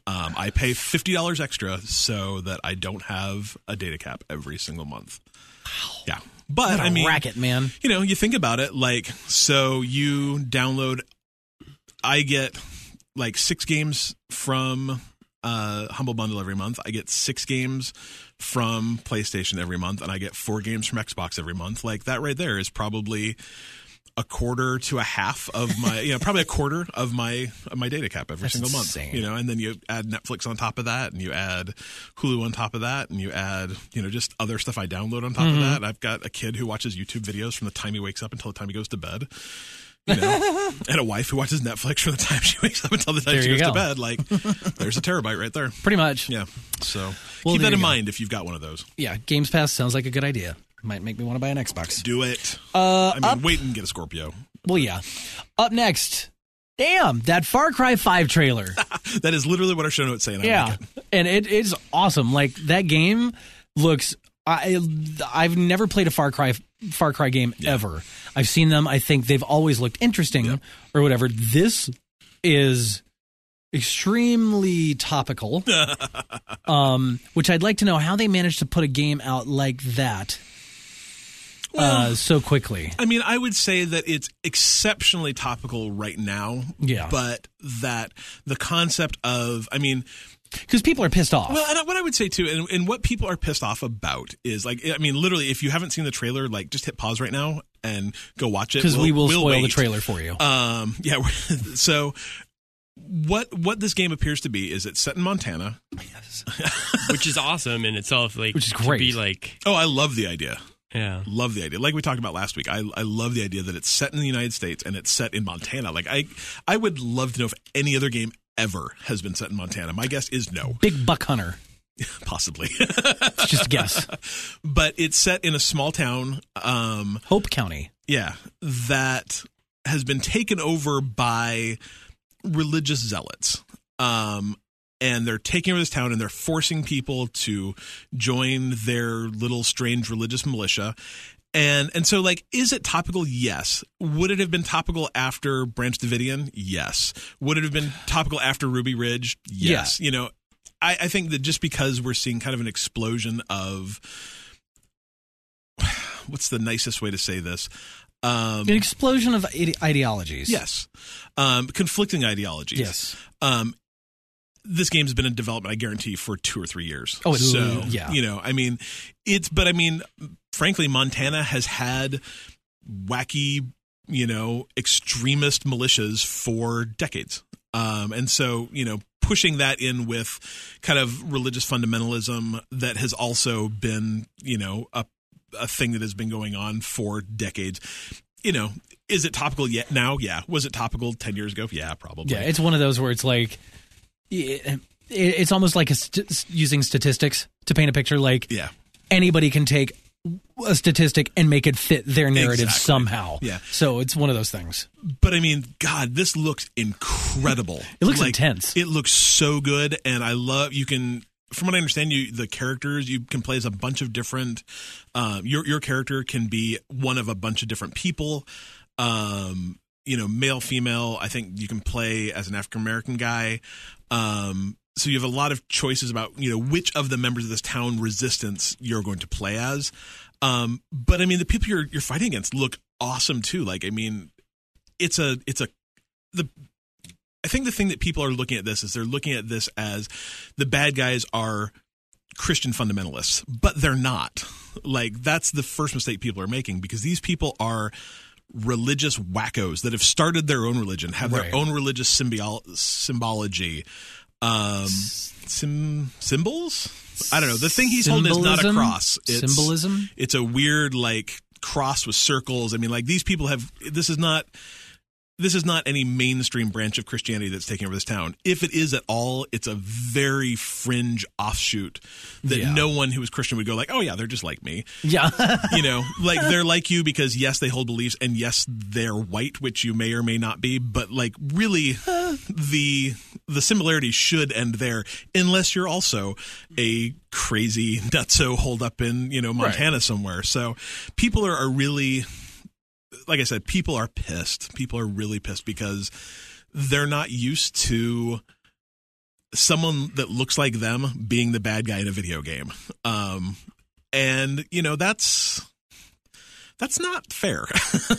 Um, I pay fifty dollars extra so that I don't have a data cap every single month. Wow. Yeah, but What a I mean, racket, man. you know, you think about it, like so you download. I get like six games from uh, Humble Bundle every month. I get six games from PlayStation every month, and I get four games from Xbox every month. Like that right there is probably a quarter to a half of my, you know, probably a quarter of my of my data cap every That's single insane. month. You know, and then you add Netflix on top of that, and you add Hulu on top of that, and you add you know just other stuff I download on Mm-hmm. top of that. I've got a kid who watches YouTube videos from the time he wakes up until the time he goes to bed. You know, and a wife who watches Netflix from the time she wakes up until the time There she you goes to go. bed. Like, there's a terabyte right there. Pretty much. Yeah. So Well, keep there that in you go. mind if you've got one of those. Yeah, Games Pass sounds like a good idea. Might make me want to buy an Xbox. Do it. Uh, I mean, up, wait and get a Scorpio. well, yeah. Up next, damn that Far Cry Five trailer. That is literally what our show notes say. And I like yeah, it. and it is awesome. Like that game looks. I I've never played a Far Cry Far Cry game ever. I've seen them. I think they've always looked interesting Yep. or whatever. This is [laughs] extremely topical. um, which I'd like to know how they managed to put a game out like that uh, so quickly. I mean, I would say that it's exceptionally topical right now. Yeah. But that the concept of, I mean, because people are pissed off. Well, and what I would say too, and, and what people are pissed off about is like, I mean, literally, if you haven't seen the trailer, like just hit pause right now and go watch it because we will we'll spoil the wait. trailer for you. Um, [laughs] yeah. we're- So what what this game appears to be is it's set in Montana. which is awesome in itself. Like, Which is to great. Be like, Oh, I love the idea. yeah, Love the idea. Like we talked about last week, I I love the idea that it's set in the United States and it's set in Montana. Like I I would love to know if any other game ever has been set in Montana. My guess is no, Big Buck Hunter. possibly. [laughs] It's just a guess. but it's set in a small town um Hope County. Yeah, that has been taken over by religious zealots. Um, and they're taking over this town and they're forcing people to join their little strange religious militia. And and so like is it topical? Yes. Would it have been topical after Branch Davidian? Yes. Would it have been topical after Ruby Ridge? Yes. You know, I, I think that just because we're seeing kind of an explosion of what's the nicest way to say this? Um, An explosion of ide- ideologies. yes. Um, conflicting ideologies. Yes. Um, this game's been in development, I guarantee, for two or three years. Oh, it- so yeah. You know, I mean, it's but I mean, frankly, Montana has had wacky, you know, extremist militias for decades, um, and so you know, pushing that in with kind of religious fundamentalism that has also been, you know, a a thing that has been going on for decades. You know, is it topical yet now? Yeah. Was it topical ten years ago? Yeah, probably. Yeah, it's one of those where it's like, it, it's almost like a st- using statistics to paint a picture. Like yeah. anybody can take a statistic and make it fit their narrative Exactly. somehow. Yeah. So it's one of those things. But I mean, God, this looks incredible. It looks intense. It looks so good, and I love. You can, from what I understand, you the characters you can play as a bunch of different. Um, your your character can be one of a bunch of different people. Um, you know, male, female. I think you can play as an African American guy. Um, so you have a lot of choices about you know which of the members of this town resistance you're going to play as. Um, but I mean, the people you're you're fighting against look awesome too. Like, I mean, it's a it's a the I think the thing that people are looking at this is they're looking at this as the bad guys are Christian fundamentalists, but they're not. Like that's the first mistake people are making because these people are religious wackos that have started their own religion, have Right. their own religious symbio- symbology. Um, sim- symbols? I don't know. The thing he's holding is not a Symbolism? cross. It's, Symbolism? It's a weird like cross with circles. I mean, like these people have. This is not this is not any mainstream branch of Christianity that's taking over this town. If it is at all, it's a very fringe offshoot that Yeah. no one who is Christian would go like, "Oh yeah, they're just like me." [laughs] Yeah. [laughs] You know, like they're like you because yes, they hold beliefs and yes, they're white, which you may or may not be, but like really the the similarity should end there unless you're also a crazy nutso holed up in, you know, Montana somewhere. So people are, are really like I said, people are pissed. People are really pissed because they're not used to someone that looks like them being the bad guy in a video game. Um, and you know that's that's not fair. [laughs]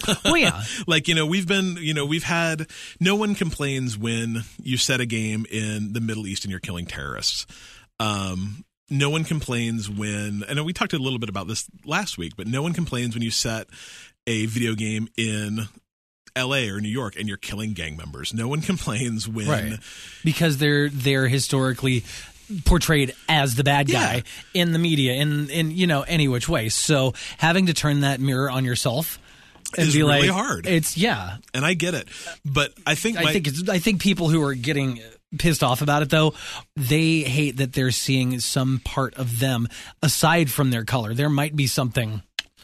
Oh, well, yeah. like you know we've been you know we've had no one complains when you set a game in the Middle East and you're killing terrorists. Um, no one complains when I know we talked a little bit about this last week, but no one complains when you set a video game in L.A. or New York and you're killing gang members. No one [laughs] complains when Right. Because they're they're historically portrayed as the bad guy Yeah. in the media in in you know any which way. So having to turn that mirror on yourself and Is be really like hard. It's yeah. and I get it, but I think I my, think it's, I think people who are getting pissed off about it though, they hate that they're seeing some part of them aside from their color. There might be something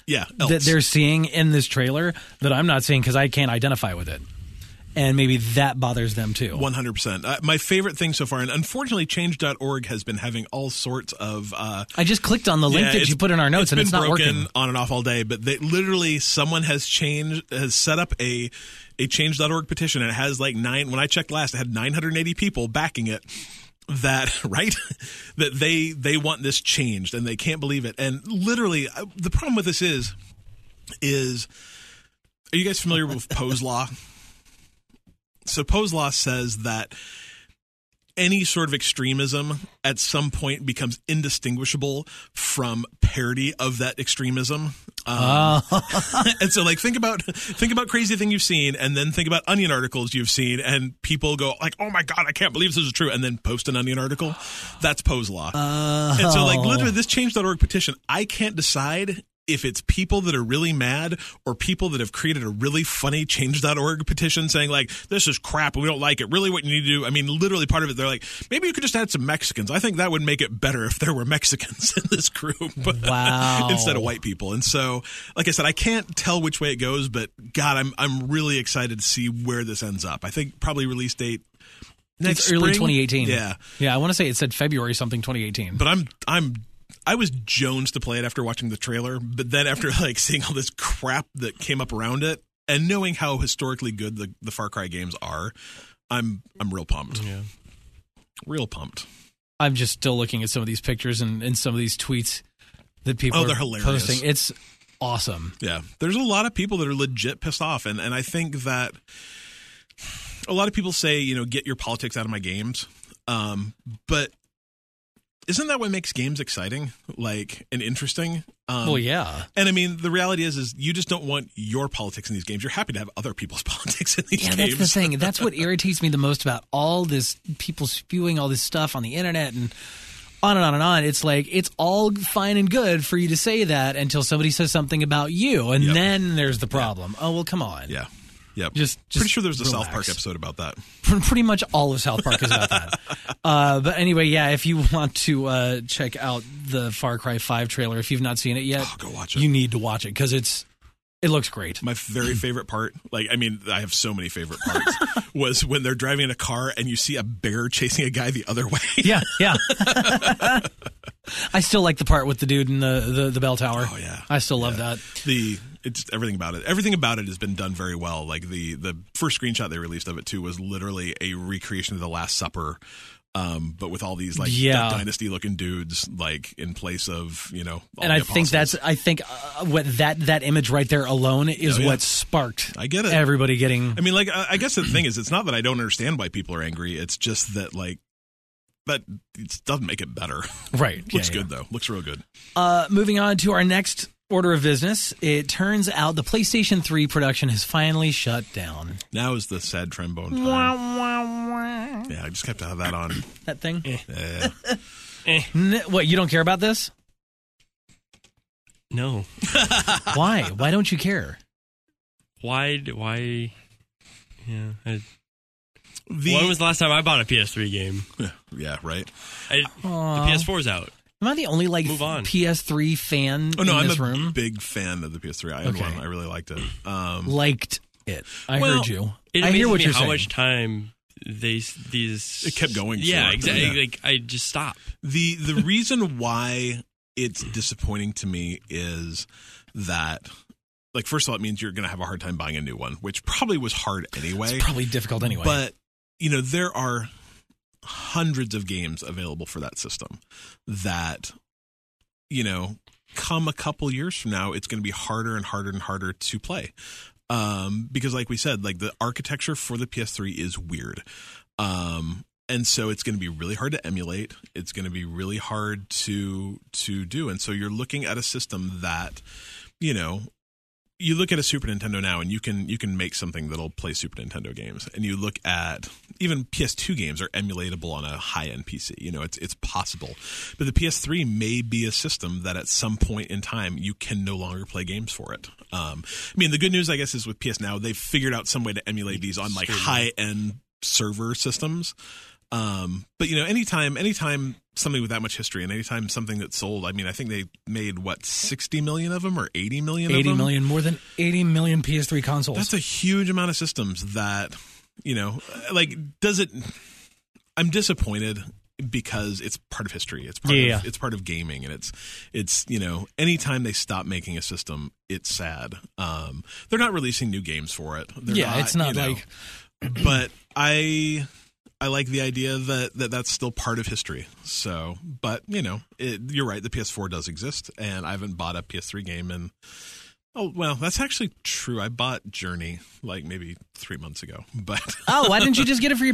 yeah else. that they're seeing in this trailer that I'm not seeing because I can't identify with it, and maybe that bothers them too. 100%. Uh, my favorite thing so far, and unfortunately, change.org has been having all sorts of. Uh, I just clicked on the link yeah, that you put in our notes, and been it's not broken working. on and off all day, but they, literally, someone has changed, has set up a, a change.org petition, and it has like nine. When I checked last, it had 980 people backing it that [laughs] right that they they want this changed and they can't believe it and literally uh, the problem with this is is are you guys familiar with Poe's law? So Poe's law says that any sort of extremism at some point becomes indistinguishable from parody of that extremism. Um, [laughs] and so like think about think about crazy thing you've seen and then think about onion articles you've seen and people go like oh my god I can't believe this is true and then post an onion article that's Poe's law. And so, like, literally, Oh. this change.org petition, I can't decide if it's people that are really mad or people that have created a really funny change.org petition saying, like, this is crap. We don't like it. Really, what you need to do. I mean, literally, part of it, they're like, maybe you could just add some Mexicans. I think that would make it better if there were Mexicans [laughs] in this group Wow. instead of white people. And so, like I said, I can't tell which way it goes, but God, I'm, I'm really excited to see where this ends up. I think probably release date next it's early spring? 2018. Yeah, yeah. I want to say it said February something 2018. but I'm I'm I was Jones to play it after watching the trailer, but then after [laughs] like seeing all this crap that came up around it and knowing how historically good the, the Far Cry games are, I'm I'm real pumped. Yeah. Real pumped. I'm just still looking at some of these pictures and, and some of these tweets that people Oh, are they're hilarious. posting. It's awesome. Yeah. There's a lot of people that are legit pissed off and and I think that a lot of people say, you know, get your politics out of my games. Um, but isn't that what makes games exciting, like and interesting? Um, well, yeah. And I mean, the reality is, is you just don't want your politics in these games. You're happy to have other people's [laughs] politics in these Yeah, games. that's the [laughs] thing. That's what irritates me the most about all this people spewing all this stuff on the internet and on and on and on. It's like it's all fine and good for you to say that until somebody says something about you, and Yep. then there's the problem. Oh well, come on. Yeah, yeah. Just- pretty just sure there was a South relax. Park episode about that. Pr- Pretty much all of South Park is [laughs] about that. Uh, but anyway, yeah. If you want to uh, check out the Far Cry Five trailer, if you've not seen it yet, Oh, go watch it. you need to watch it because it's it looks great. My [laughs] very favorite part, like I mean, I have so many favorite parts, was when they're driving in a car and you see a bear chasing a guy the other way. Yeah, yeah. [laughs] I still like the part with the dude in the the, the bell tower. Oh, yeah. I still love that. the it's everything about it. Everything about it has been done very well. Like the the first screenshot they released of it too was literally a recreation of the Last Supper, um, but with all these like Yeah. dynasty looking dudes like in place of you know. all and the I think apostles. that's I think uh, what that that image right there alone is Oh, yeah. what sparked I get it. everybody getting I mean, like I, I guess the thing is, it's not that I don't understand why people are angry. It's just that like that it doesn't make it better. [laughs] right. Looks yeah, good though. Looks real good. Uh, moving on to our next order of business. It turns out the PlayStation 3 production has finally shut down. Now is the sad trombone time. Yeah, I just have to have that on. That thing. [laughs] Eh. N- what you don't care [laughs] about this? No. Why? Why don't you care? Why? d- Why? Yeah. I, The- when was the last time I bought a PS3 game? [laughs] yeah, right. I, the Aw. PS4's out. Am I the only like Move on. PS3 fan Oh no, in I'm this a room? big fan of the PS3. I had Okay. one. I really [laughs] liked it. Um, liked it. I Well, heard you. It I hear amazes what me you're how saying. much time they s- these It kept going Yeah, for it. exactly. Yeah. Like I just stopped. the the reason why it's disappointing to me is that like first of all, it means you're going to have a hard time buying a new one, which probably was hard anyway. it's probably difficult anyway. But you know, there are hundreds of games available for that system that you know, come a couple years from now, it's going to be harder and harder and harder to play. Um, because like we said, like the architecture for the PS3 is weird. Um, and so it's going to be really hard to emulate. It's going to be really hard to to do. And so you're looking at a system that, you know, you look at a Super Nintendo now and you can you can make something that'll play Super Nintendo games. And you look at even PS2 games are emulatable on a high end PC. You know, it's it's possible. But the PS3 may be a system that at some point in time you can no longer play games for it. Um, I mean, the good news, I guess, is with PS Now they've figured out some way to emulate these on like high end server systems. Um, but you know, anytime, anytime something with that much history, and anytime something that's sold, I mean, I think they made what sixty million of them or eighty million. of 80 them? million, more than 80 million PS3 consoles. That's a huge amount of systems that, you know, like does it I'm disappointed because it's part of history. It's part Yeah. of it's part of gaming and it's it's, you know, anytime they stop making a system, it's sad. Um they're not releasing new games for it. They're yeah, it's not you know, [clears throat] like [clears throat] but I I like the idea that, that that's still part of history. So, but you know, it, you're right. The PS4 does exist, and I haven't bought a PS3 game in. Oh well, that's actually true. I bought Journey like maybe three months ago, [laughs] [laughs] but oh, why didn't you just get it for your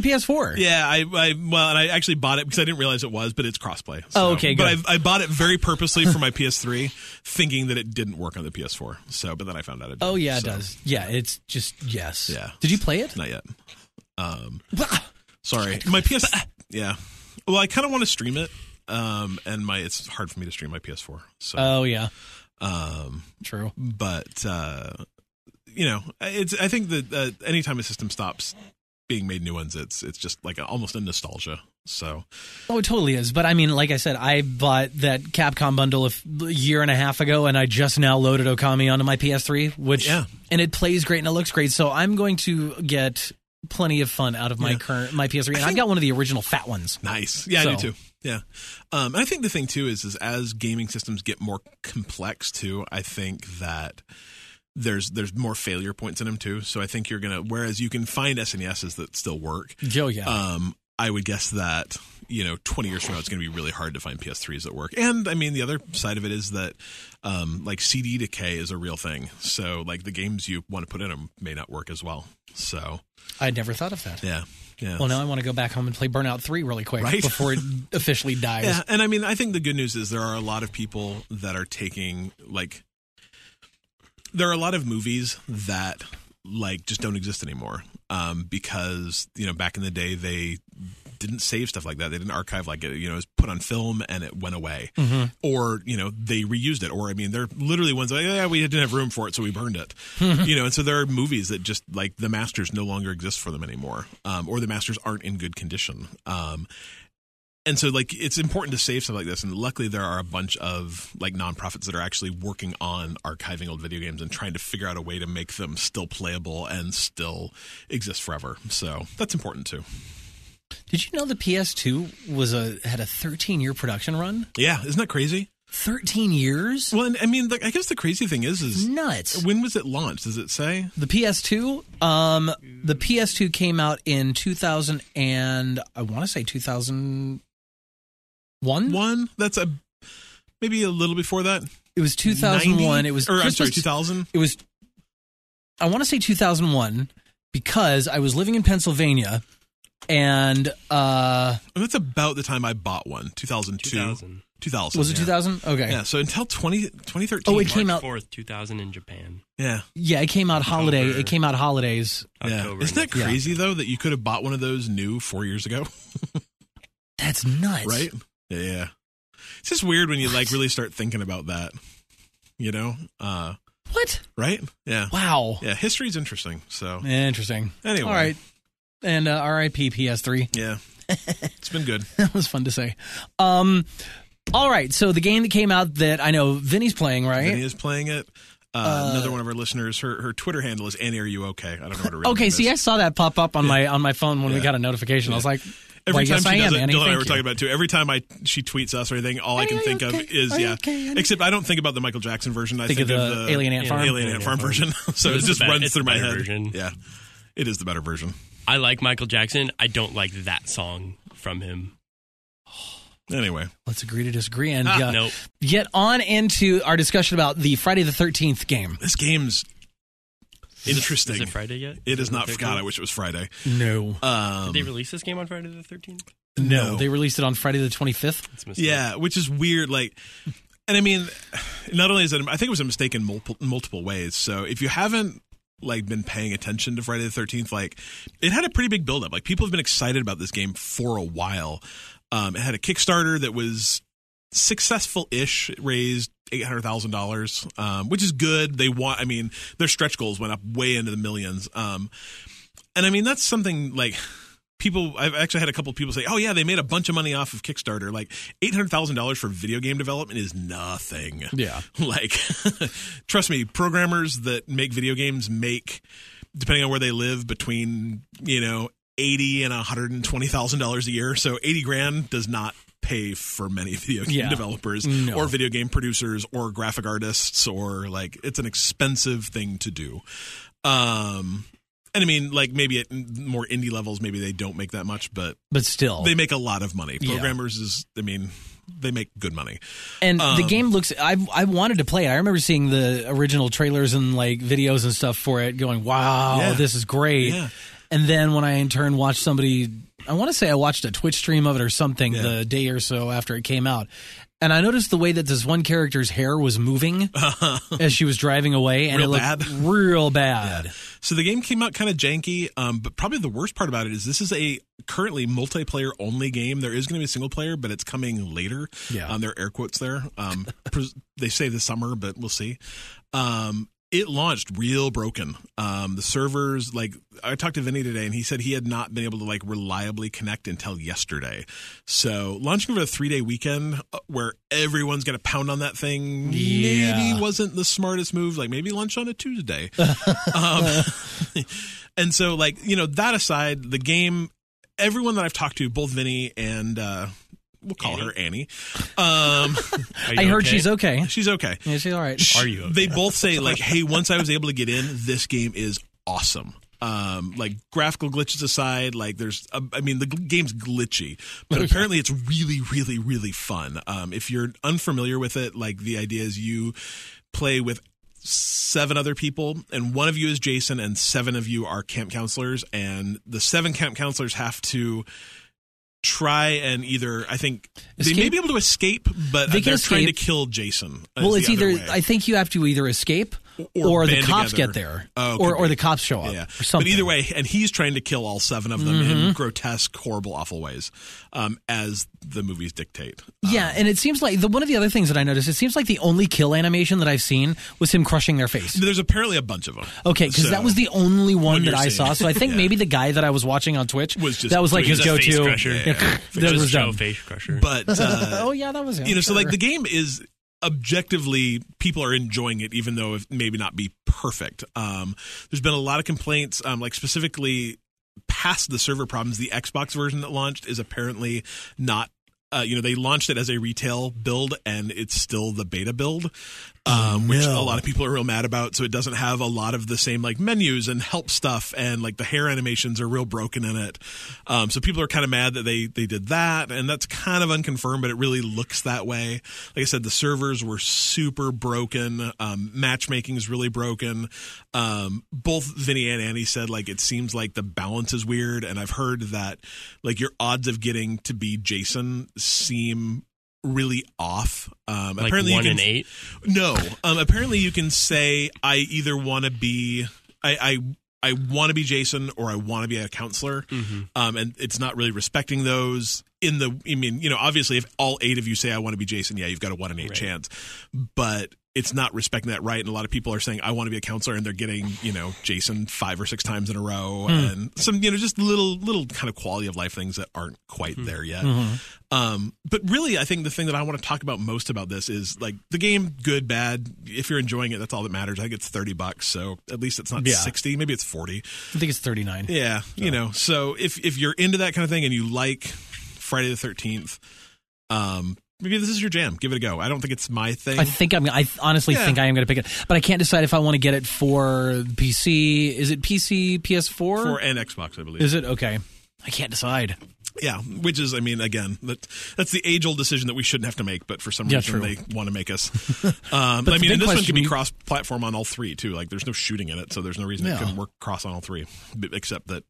[laughs] PS4? yeah, I, I well, and I actually bought it because I didn't realize it was, but it's crossplay. So. Oh, okay, But good. I, I bought it [laughs] very purposely for my PS3, thinking that it didn't work on the PS4. So, but then I found out it. Did, Oh yeah, it So, does. Yeah, it's just yes. Yeah. Did you play it? Not yet. Um, Sorry, my PS. [laughs] yeah. Well, I kind of want to stream it, um, and my it's hard for me to stream my PS4. So, oh yeah, um, true. but uh, you know, it's. I think that uh, anytime a system stops being made new ones, it's it's just like a, almost a nostalgia. So Oh, it totally is. But I mean, like I said, I bought that Capcom bundle a f- year and a half ago, and I just now loaded Okami onto my PS3, which Yeah. and it plays great and it looks great. So I'm going to get plenty of fun out of my Yeah. current my PS3, and I I've think- got one of the original fat ones. Nice. Yeah, I So- do too. Yeah. Um, and I think the thing too is, is as gaming systems get more complex too, I think that there's there's more failure points in them too. So I think you're gonna whereas you can find SNESs that still work. Joe, yeah. Um, I would guess that you know 20 years from now it's going to be really hard to find PS3s that work. And I mean the other side of it is that um, like CD decay is a real thing. So like the games you want to put in them may not work as well. So I never thought of that. yeah, yeah. Well, now I want to go back home and play Burnout 3 really quick Right? [laughs] before it officially dies. Yeah, and I mean, I think the good news is there are a lot of people that are taking like there are a lot of movies that like just don't exist anymore um, because you know back in the day they didn't save stuff like that they didn't archive like it you know it was put on film and it went away or you know they reused it or i mean they're literally ones like yeah we didn't have room for it so we burned it you know and so there are movies that just like the masters no longer exist for them anymore um, or the masters aren't in good condition um, and so like it's important to save stuff like this and luckily there are a bunch of like nonprofits that are actually working on archiving old video games and trying to figure out a way to make them still playable and still exist forever so that's important too Did you know the PS2 was a had a 13 year production run? yeah isn't that crazy 13 years? well and i mean the, i guess the crazy thing is is Nuts. when was it launched does it say The PS2, um, the PS2 came out in 2000 and I want to say 2001. one that's a maybe a little before that It was 2001. 90? It was or i'm Christmas- sorry 2000 It was I want to say 2001 because I was living in Pennsylvania and uh Oh, that's about the time i bought one 2002 2000. 2000 was it yeah. 2000? Okay. yeah so until 20, 2013 Oh, it March. came out. 4th, 2000 in Japan. yeah Yeah, it came out holiday. October. It came out holidays. October. Isn't that crazy though that you could have bought one of those new four years ago, [laughs] That's nuts. right? Yeah. It's just weird when you like really start thinking about that. You know? Uh What? right? Yeah. Wow. Yeah. History's interesting. So Interesting. Anyway. All right. And uh, RIP PS3. [laughs] yeah. It's been good. that was fun to say. Um all right, so the game that came out that I know Vinny's playing, right? Vinny is playing it. Uh, another one of our listeners, her her Twitter handle is Annie, are you okay? I don't know what her real Okay, name see, is. I saw that pop up on my on my phone when we Yeah. got a notification. I was like, Every time well, yes, she I does am, it, Annie. Dylan and I Thank were you. talking about it too. Every time I she tweets us or anything, all I Are can you think of okay? is Are you yeah. okay, Annie? Except I don't think about the Michael Jackson version. I Think of the Alien Ant Farm? Alien Ant Farm version. [laughs] so It it is the just bet- runs it's through the my better head. version. Yeah, it is the better version. I like Michael Jackson. I don't like that song from him. Anyway, let's agree to disagree and Ah, [laughs] uh, nope. get on into our discussion about the Friday the 13th game. this game's interesting. Is it Friday yet? It is not. God, I Did wish it was Friday. No. Um, they release this game on Friday the 13th? no, They released it on Friday the 25th. It's a mistake. yeah, which is weird. Like, and I mean, not only is it, I think it was a mistake in multiple, multiple ways. So if you haven't like been paying attention to Friday the Thirteenth, like it had a pretty big buildup. Like people have been excited about this game for a while. Um, it had a Kickstarter that was successful ish. It raised eight hundred thousand dollars, um, which is good. They want. I mean, their stretch goals went up way into the millions. Um, and I mean, that's something like people. I've actually had a couple people say, "Oh yeah, they made a bunch of money off of Kickstarter. Like eight hundred thousand dollars for video game development is nothing." Yeah. [laughs] like trust me programmers that make video games make depending on where they live between you know 80 and 120 thousand dollars a year so 80 grand does not pay for many [laughs] video game Yeah. developers No. or video game producers or graphic artists or like it's an expensive thing to do um and i mean like maybe at more indie levels maybe they don't make that much but But still. they make a lot of money Oh. Yeah. programmers is i mean they make good money and the um, game looks I I wanted to play it. I remember seeing the original trailers and like videos and stuff for it going, "Wow, Yeah. this is great." Yeah. And then when I in turn watched somebody I want to say I watched a Twitch stream of it or something Yeah. the day or so after it came out. And I noticed the way that this one character's hair [laughs] was moving as she was driving away and Real it looked bad. real bad. So the game came out kind of janky, um, but probably the worst part about it is this is a currently multiplayer only game. There is going to be a single player, but it's coming later. Yeah. [laughs] Um, there are air quotes there. Um, pres- they say the summer, but we'll see. Um, it launched real broken. Um, the servers, like I talked to Vinny today, and he said he had not been able to like reliably connect until yesterday. So launching over a three day weekend uh, where everyone's going to pound on that thing Yeah. maybe wasn't the smartest move. Like maybe lunch on a Tuesday. um, [laughs] and so, like you know, that aside, the game. Everyone that I've talked to, both Vinny and uh, we'll call her Annie. Um, [laughs] Are you I heard okay? she's okay. she's okay. Yeah, she's all right. Are you okay? They both say like, "Hey, once I was able to get in, this game is awesome." Um, like graphical glitches aside, like there's, a, I mean, the gl- game's glitchy, [laughs] but apparently it's really, really, really fun. Um, if you're unfamiliar with it, like the idea is you play with seven other people and one of you is Jason and seven of you are camp counselors and the seven camp counselors have to try and either I think Escape? they may be able to escape but They they're can trying to escape. kill Jason. is Well, the it's other either way. I think you have to either escape Or or, the band cops together. get there, Oh, could or or be. the cops show up. Yeah. or something. Mm-hmm. But either way, and he's trying to kill all seven of them in grotesque, horrible, awful ways, um, as the movies dictate. yeah. And it seems like the one of the other things that I noticed. It seems like the only kill animation that I've seen was him crushing their face. Um, There's apparently a bunch of them. Okay, because So- that was the only one you're that I seeing. saw. So I [laughs] think Yeah. maybe the guy that I was watching on Twitch Was just that was like doing his the face go-to. crusher. Yeah, Yeah. that was Joe dumb. Face Crusher. But uh, [laughs] oh yeah, that was him. you know, so like Sure. the game is objectively people are enjoying it, even though it maybe not be perfect. Um, there's been a lot of complaints, um, like specifically past the server problems. The Xbox version that launched is apparently not. Uh, you know, they launched it as a retail build, and it's still the beta build, Oh, um, which a lot of people are real mad about. So it doesn't have a lot of the same like menus and help stuff, and like the hair animations are real broken in it. Um, so people are kind of mad that they they did that, and that's kind of unconfirmed, but it really looks that way. Like I said, the servers were super broken. Um, matchmaking is really broken. Um, both Vinny and Annie said like it seems like the balance is weird, and I've heard that like your odds of getting to be Jason seem really off. Um, like apparently, one you in can, eight. no. Um, apparently, you can say I either want to be I I, I want to be Jason or I want to be a counselor, um, and it's not really respecting those. In the, I mean, you know, obviously, if all eight of you say I want to be Jason, yeah, you've got a one in eight Right. chance, but it's not respecting that right. And a lot of people are saying I want to be a counselor, and they're getting you know Jason five or six times in a row, and some you know just little little kind of quality of life things that aren't quite there yet. Um, but really, I think the thing that I want to talk about most about this is like the game, good, bad. If you're enjoying it, that's all that matters. I think it's thirty bucks, so at least it's not Yeah. sixty. Maybe it's forty. I think it's thirty nine. Yeah, you know. So if if you're into that kind of thing and you like Friday the Thirteenth, um, maybe this is your jam. Give it a go. I don't think it's my thing. I think I'm. I honestly Yeah. think I am going to pick it, but I can't decide if I want to get it for PC. Is it PC, PS4? for and Xbox, I believe. Is it okay? I can't decide. yeah, which is, I mean, again, that that's the age old decision that we shouldn't have to make, but for some Yeah, reason true. they want to make [laughs] us. Um, I the mean, big and this one question- can be cross platform on all three too. Like, there's no shooting in it, so there's no reason it Yeah. couldn't work cross on all three, b- except that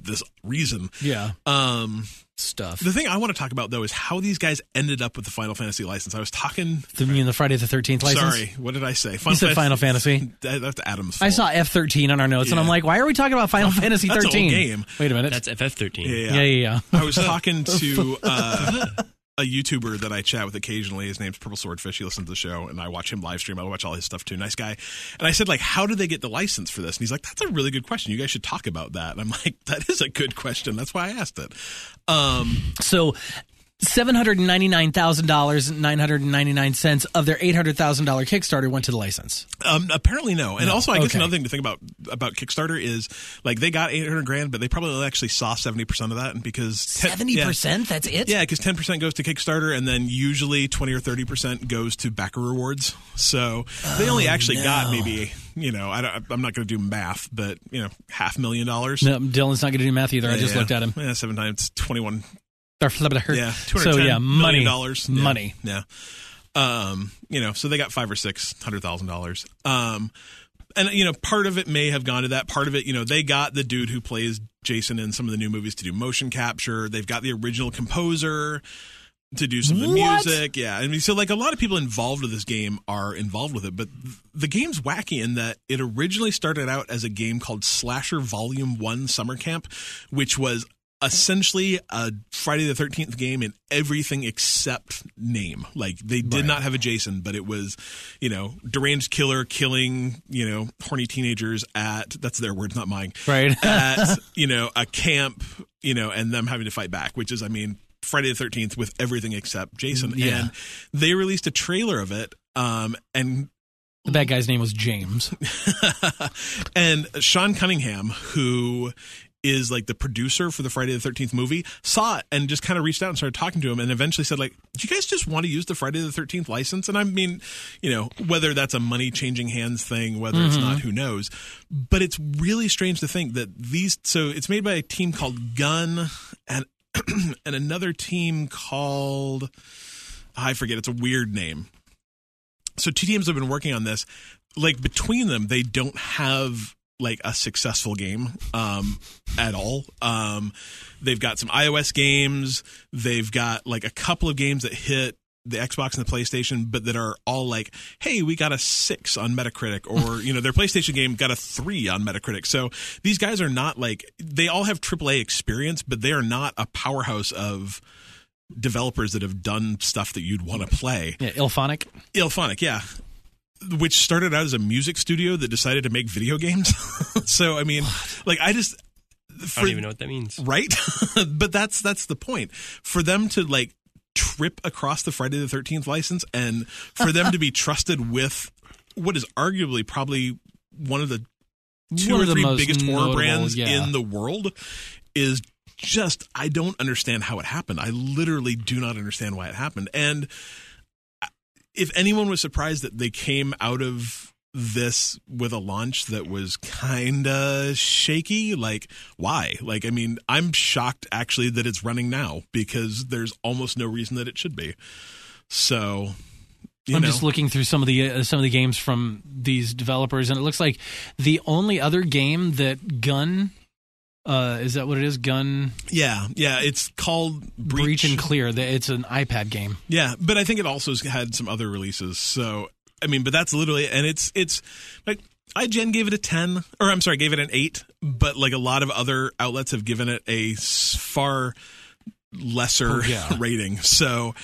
this reason. Yeah, Um, stuff. the thing I want to talk about though is how these guys ended up with the Final Fantasy license. I was talking. The, you mean the Friday the Thirteenth license? Sorry, what did I say? you said Final Fantasy- Fantasy. That- That's Adam's. I fault. saw F thirteen on our notes, and Yeah. I'm like, why are we talking about Final [laughs] Fantasy that's an old thirteen? game. Wait a minute. That's FF thirteen. yeah, yeah, yeah. [laughs] I was talking to uh, a YouTuber that I chat with occasionally. His name's Purple Swordfish. He listens to the show, and I watch him live stream. I watch all his stuff too. Nice guy. And I said, like, how do they get the license for this? And he's like, that's a really good question. You guys should talk about that. And I'm like, [laughs] that is a good question. That's why I asked it. Um, So. Seven hundred ninety nine thousand dollars nine hundred ninety nine cents of their eight hundred thousand dollar Kickstarter went to the license. um, apparently no. And also, I guess Okay. another thing to think about about Kickstarter is like they got 800 grand, but they probably only actually saw 70 percent of that. And because te- Seventy yeah. percent. That's it. Yeah, because ten percent goes to Kickstarter, and then usually twenty or thirty percent goes to backer rewards. So they only actually got maybe you know I don't, I'm not going to do math, but you know half million dollars. No, Dylan's not going to do math either. I just Yeah. looked at him. Yeah, seven times twenty one. Or flip it her. Yeah, two hundred so yeah, money dollars. Yeah, Money. Yeah. Um, you know, so they got five or six hundred thousand dollars. Um, and you know, part of it may have gone to that. Part of it, you know, they got the dude who plays Jason in some of the new movies to do motion capture. They've got the original composer to do some of the What? music. Yeah. I mean, so like a lot of people involved with this game are involved with it, but th- the game's wacky in that it originally started out as a game called Slasher Volume 1 Summer Camp, which was essentially a Friday the 13th game in everything except name. Like they did Right. not have a Jason, but it was, you know, deranged killer killing, you know, horny teenagers at that's their word, not mine. Right. [laughs] At, you know, a camp, you know, and them having to fight back, which is I mean, Friday the 13th with everything except Jason. Yeah. And they released a trailer of it um and the bad guy's name was James. [laughs] and Sean Cunningham, who is like the producer for the Friday the 13th movie, saw it and just kind of reached out and started talking to him and eventually said like, "Do you guys just want to use the Friday the 13th license?" And I mean, you know, whether that's a money changing hands thing, whether it's not, who knows. But it's really strange to think that these so it's made by a team called Gun and [clears throat] and another team called I forget, it's a weird name so two teams have been working on this like between them they don't have like a successful game um at all um they've got some ios games they've got like a couple of games that hit the xbox and the playstation but that are all like hey we got a six on metacritic or you know their playstation game got a three on metacritic so these guys are not like they all have aaa experience but they are not a powerhouse of developers that have done stuff that you'd want to play Yeah, Ilphonic. Ilphonic, yeah. Which started out as a music studio that decided to make video games. [laughs] so I mean, like I just I for, don't even know what that means. right? [laughs] but that's that's the point. For them to like trip across the Friday the Thirteenth license, and for them to be trusted with what is arguably probably one of the two One or of the three most biggest horror notable, brands yeah. in the world, is just I don't understand how it happened. I literally do not understand why it happened. And if anyone was surprised that they came out of this with a launch that was kind of shaky like why like i mean i'm shocked actually that it's running now because there's almost no reason that it should be so you I'm know just looking through some of the uh, some of the games from these developers, and it looks like the only other game that Gun uh, is that what it is? Gun yeah yeah it's called Breach, breach, and Clear. That it's an iPad game. Yeah, but I think it also has had some other releases. So I mean, but that's literally and it's it's like IGN gave it a ten, or I'm sorry, gave it an eight. But like a lot of other outlets have given it a s- far lesser Oh, yeah. [laughs] rating. So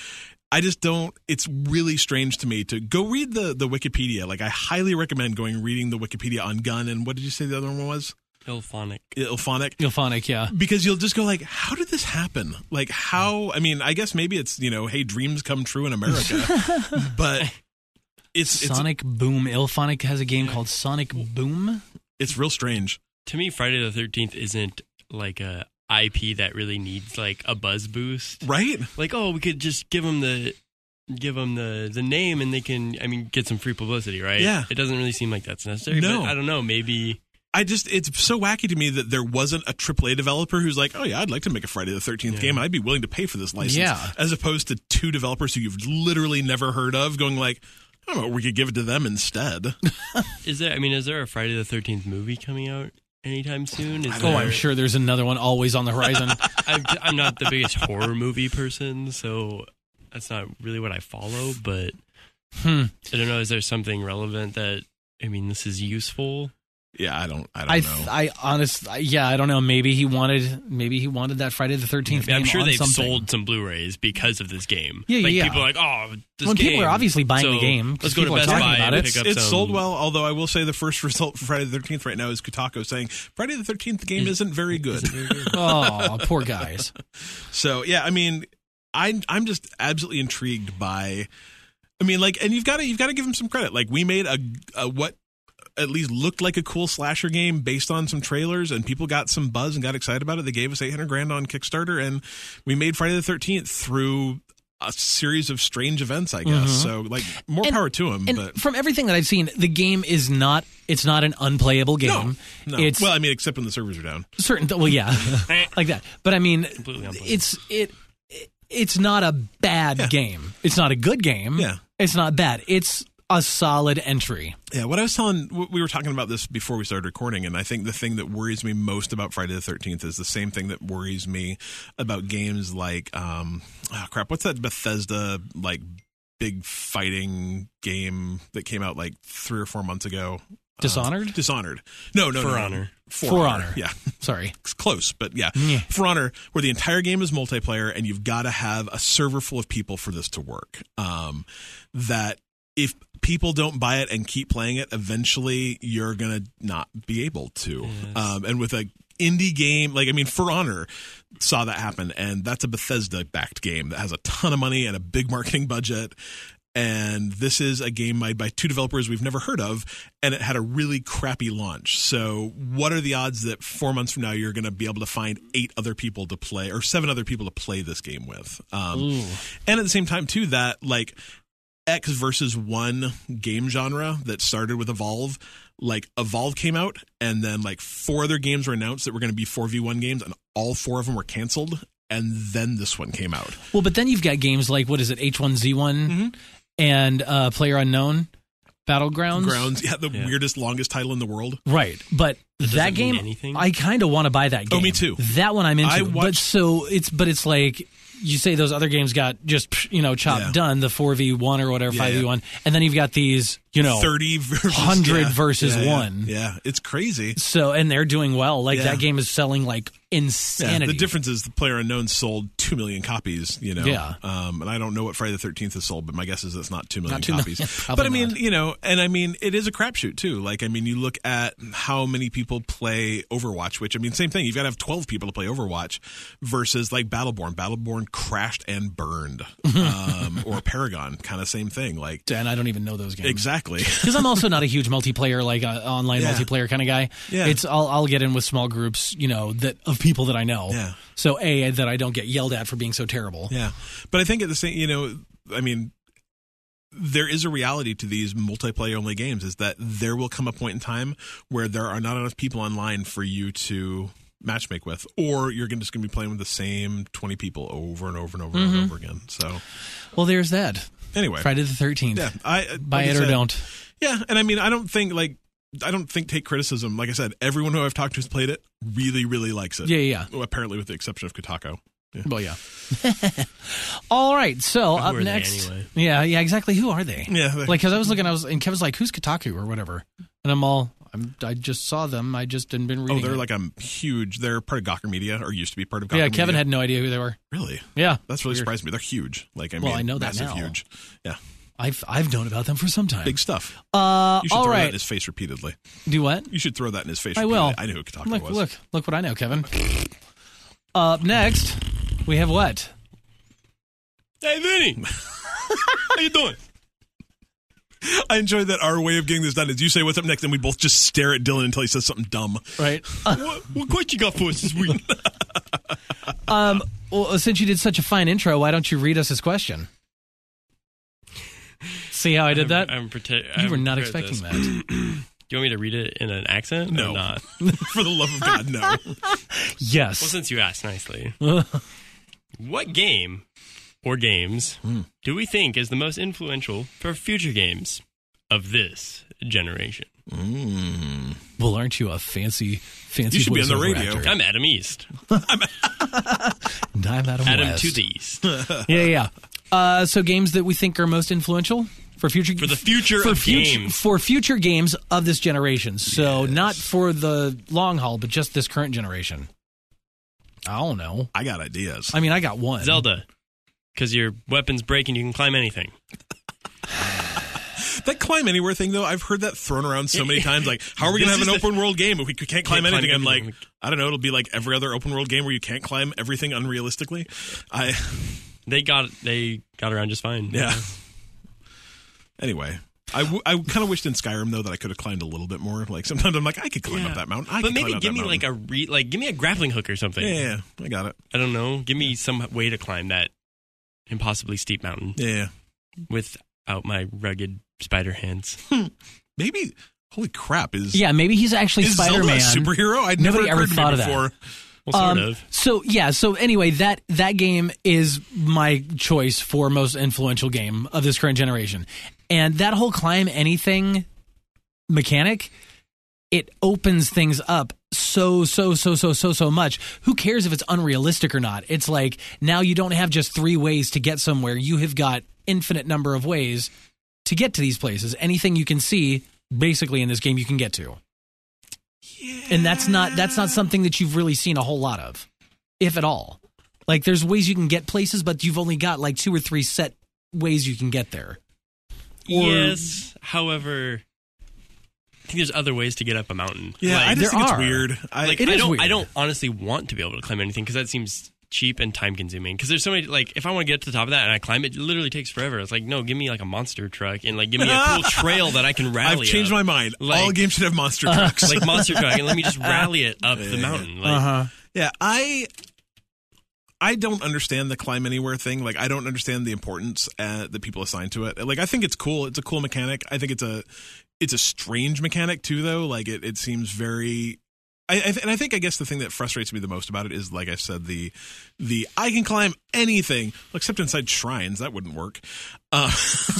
I just don't. It's really strange to me to go read the the Wikipedia. Like I highly recommend going reading the Wikipedia on Gun and what did you say the other one was? Ilphonic. Ilphonic Ilphonic, yeah. because you'll just go like how did this happen like how i mean i guess maybe it's you know hey dreams come true in america but it's it's Sonic Boom. Ilphonic has a game called Sonic Boom. it's real strange To me, Friday the Thirteenth isn't like a IP that really needs like a buzz boost. right Like, oh, we could just give them the give them the the name, and they can. I mean, get some free publicity, right? Yeah. It doesn't really seem like that's necessary. No. But I don't know. Maybe i just it's so wacky to me that there wasn't a aaa developer who's like oh yeah i'd like to make a friday the 13th Yeah. game and i'd be willing to pay for this license Yeah. as opposed to two developers who you've literally never heard of going like I don't know. We could give it to them instead. is there? I mean, is there a Friday the Thirteenth movie coming out anytime soon? Is Oh, there- I'm sure there's another one always on the horizon. I'm, I'm not the biggest horror movie person, so that's not really what I follow. But [laughs] hmm. I don't know. Is there something relevant that? I mean, this is useful. Yeah, I don't. I don't I, know. I honest, I, yeah, I don't know. Maybe he wanted, maybe he wanted that Friday the Thirteenth. I'm sure on they've something. sold some Blu-rays because of this game. Yeah, yeah, like, yeah. People are like, oh, this Well, game. people are obviously buying the So, game, 'cause Let's go to people are Best talking Buy about it. and pick up it's some- sold well, although I will say the first [laughs] result for Friday the 13th right now is Kotaku saying Friday the 13th game Is- isn't very good. [laughs] oh, poor guys. So, yeah, I mean, I I'm just absolutely intrigued by I mean, like and you've got to you've got to give them some credit. Like we made a, a what at least looked like a cool slasher game based on some trailers and people got some buzz and got excited about it. They gave us 800 grand on Kickstarter and we made Friday the 13th through a series of strange events, I guess. Mhm. So, like more And- power to them, And but from everything that I've seen, the game is not, it's not an unplayable game. No, no. It's well, I mean, except when the servers are down. certain, well, yeah, [laughs] like that. But I mean, Completely unplayable. it's, it, it's not a bad Yeah. game. It's not a good game. Yeah. It's not bad. It's a solid entry. Yeah, what I was telling, w- we were talking about this before we started recording, and I think the thing that worries me most about Friday the 13th is the same thing that worries me about games like, um, oh crap, what's that Bethesda, like, big fighting game that came out like three or four months ago? Uh, Dishonored? Dishonored. No, no, For no, no. Honor. For, For Honor. Honor. Yeah. [laughs] Sorry. It's close, but yeah. Yeah. For Honor, where the entire game is multiplayer and you've got to have a server full of people for this to work. Um, that if people don't buy it and keep playing it, eventually you're going to not be able to. Um, and with a indie game, like, I mean, For Honor saw that happen. And that's a Bethesda backed game that has a ton of money and a big [laughs] marketing budget and this is a game made by two developers we've never heard of and it had a really crappy launch so what are the odds that four months from now you're going to be able to find eight other people to play or seven other people to play this game with um, and at the same time too that like X versus one game genre that started with Evolve. Like Evolve came out, and then like four other games were announced that were going to be four v one games, and all four of them were canceled. And then this one came out. Well, but then you've got games like what is it, H1Z1 Mm-hmm. and uh, Player Unknown Battlegrounds. Grounds, yeah, the Yeah. weirdest, longest title in the world. Right, but doesn't that mean game, anything. I kind of want to buy that Oh, game. me too. That one I'm into. I but watched- so it's but it's like you say those other games got just psh, you know chopped Yeah. done the four v one or whatever Yeah, five yeah. v one, and then you've got these you know 30 versus 100 yeah. versus Yeah, yeah. one. Yeah, it's crazy. so and they're doing well. Like Yeah. that game is selling like Yeah, insanity. the difference is the player unknown sold 2 million copies, you know. Yeah. Um, and I don't know what Friday the 13th has sold, but my guess is it's not 2 million Not 2 million, copies. [laughs] probably but I mean, not. you know, and I mean, it is a crapshoot too. Like, I mean, you look at how many people play Overwatch, which I mean, same thing. You've got to have 12 people to play Overwatch versus like Battleborn. Battleborn crashed and [laughs] burned. Um, or Paragon, kind of same thing. Like, and I don't even know those games. exactly. because I'm also [laughs] not a huge multiplayer, like uh, online Yeah. multiplayer kind of guy. Yeah. It's I'll, I'll get in with small groups, you know, that of people that I know. Yeah. So a that I don't get yelled at for being so terrible. Yeah, but I think at the same, you know, I mean, there is a reality to these multiplayer only games is that there will come a point in time where there are not enough people online for you to matchmake with, or you're gonna- just going to be playing with the same twenty people over and over and over and over again. So Well, there's that. anyway, Mm-hmm. Friday the Thirteenth. yeah, I uh, like Buy I it or said- don't. Yeah, and I mean, I don't think like. I don't think take criticism. Like I said, everyone who I've talked to who's played it really, really likes it. Yeah, yeah. Well, Apparently, with the exception of Kotaku. Yeah. Well, yeah. [laughs] All right. So up are they next. anyway? Yeah, yeah. Exactly. Who are they? Yeah. they- Like, because I was looking, I was and Kevin's like, "Who's Kotaku or whatever?" And I'm all, I'm, I just saw them. I just hadn't been Oh, reading. they're it. like a huge. They're part of Gawker Media, or used to be part of Gawker. yeah. Kevin Media. had no idea who they were. really. Yeah, That's really Weird. surprised me. They're huge. Like I Well, mean, I know that massive, now. huge. Yeah, I've I've known about them for some time. big stuff. Uh, You should all throw that right. in his face repeatedly. Do what? You should throw that in his face. I repeatedly. will. I knew who Kotaku Look, was. look, look what I know, Kevin. Up next, we have what? Hey, [laughs] Vinny, how you doing? I enjoy that our way of getting this done is you say what's up next, and we both just stare at Dylan until he says something dumb. [laughs] Right. What, what question you got for us this week? Um, well, since you did such a fine intro, why don't you read us his question? See how I did that? I'm, prete- you I'm were not prepared for expecting this. that. Do you want me to read it in an accent? or No. [laughs] not? [laughs] For the love of God, no. Yes. [clears throat] Well, since you asked nicely, what game or games Hmm. do we think is the most influential for future games of this generation? Mm. [laughs] well, aren't you a fancy, fancy? You should be on the voiceover radio. actor? I'm Adam East. And I'm Adam. Adam West. to the [laughs] East. Yeah, yeah. Uh, so games that we think are most influential for future For the future [laughs] for of future games. for future games of this generation. So not for the long haul, but just this current generation. I don't know. I got ideas. I mean, I got one. Zelda. Because your weapons break and you can climb anything. That climb anywhere thing, though, I've heard that thrown around so [laughs] many times. Like, how are we going to This have an is the- open world game if we can't climb climb anything? I'm like, everything. I don't know. It'll be like every other open world game where you can't climb everything unrealistically. I They got they got around just fine. yeah. Anyway, I, w- I kind of wished in Skyrim though that I could have climbed a little bit more. Like sometimes I'm like, I could climb Yeah. up that mountain. I but could maybe climb up give me that like mountain. a re- like give me a grappling hook or something. yeah, yeah, yeah, I got it. I don't know. Give me some way to climb that impossibly steep mountain Yeah, yeah. without my rugged spider [laughs] hands. maybe. Holy crap! Is yeah, maybe he's actually is Spider Man. Zelda a superhero? I'd Nobody never ever occurred to me thought of that. before. Well, Um, sort of. So yeah, so anyway, that that game is my choice for most influential game of this current generation, and that whole climb anything mechanic, it opens things up so so so so so so much. Who cares if it's unrealistic or not? It's like now you don't have just three ways to get somewhere; you have got infinite number of ways to get to these places. Anything you can see basically in this game you can get to. And that's not that's not something that you've really seen a whole lot of, if at all. Like there's ways you can get places, but you've only got like two or three set ways you can get there. Or- yes. However, I think there's other ways to get up a mountain. Yeah, Like, I just there think are. it's weird. I, like It I is don't weird. I don't honestly want to be able to climb anything because that seems cheap and time consuming. Because there's so many like if I want to get to the top of that and I climb it, it literally takes forever. It's like no, give me like a monster truck and like give me a [laughs] cool trail that I can rally. I've changed up. my mind. Like- All games should have [laughs] monster trucks. like monster truck and [laughs] let me just rally it up the mountain. Uh-huh. Like, huh. Yeah, I I don't understand the climb anywhere thing. Like I don't understand the importance uh, that people assign to it. Like I think it's cool. It's a cool mechanic. I think it's a it's a strange mechanic too though. Like it it seems very I, I th- and I think I guess the thing that frustrates me the most about it is, like I said, the the I can climb anything except inside shrines. That wouldn't work. Uh,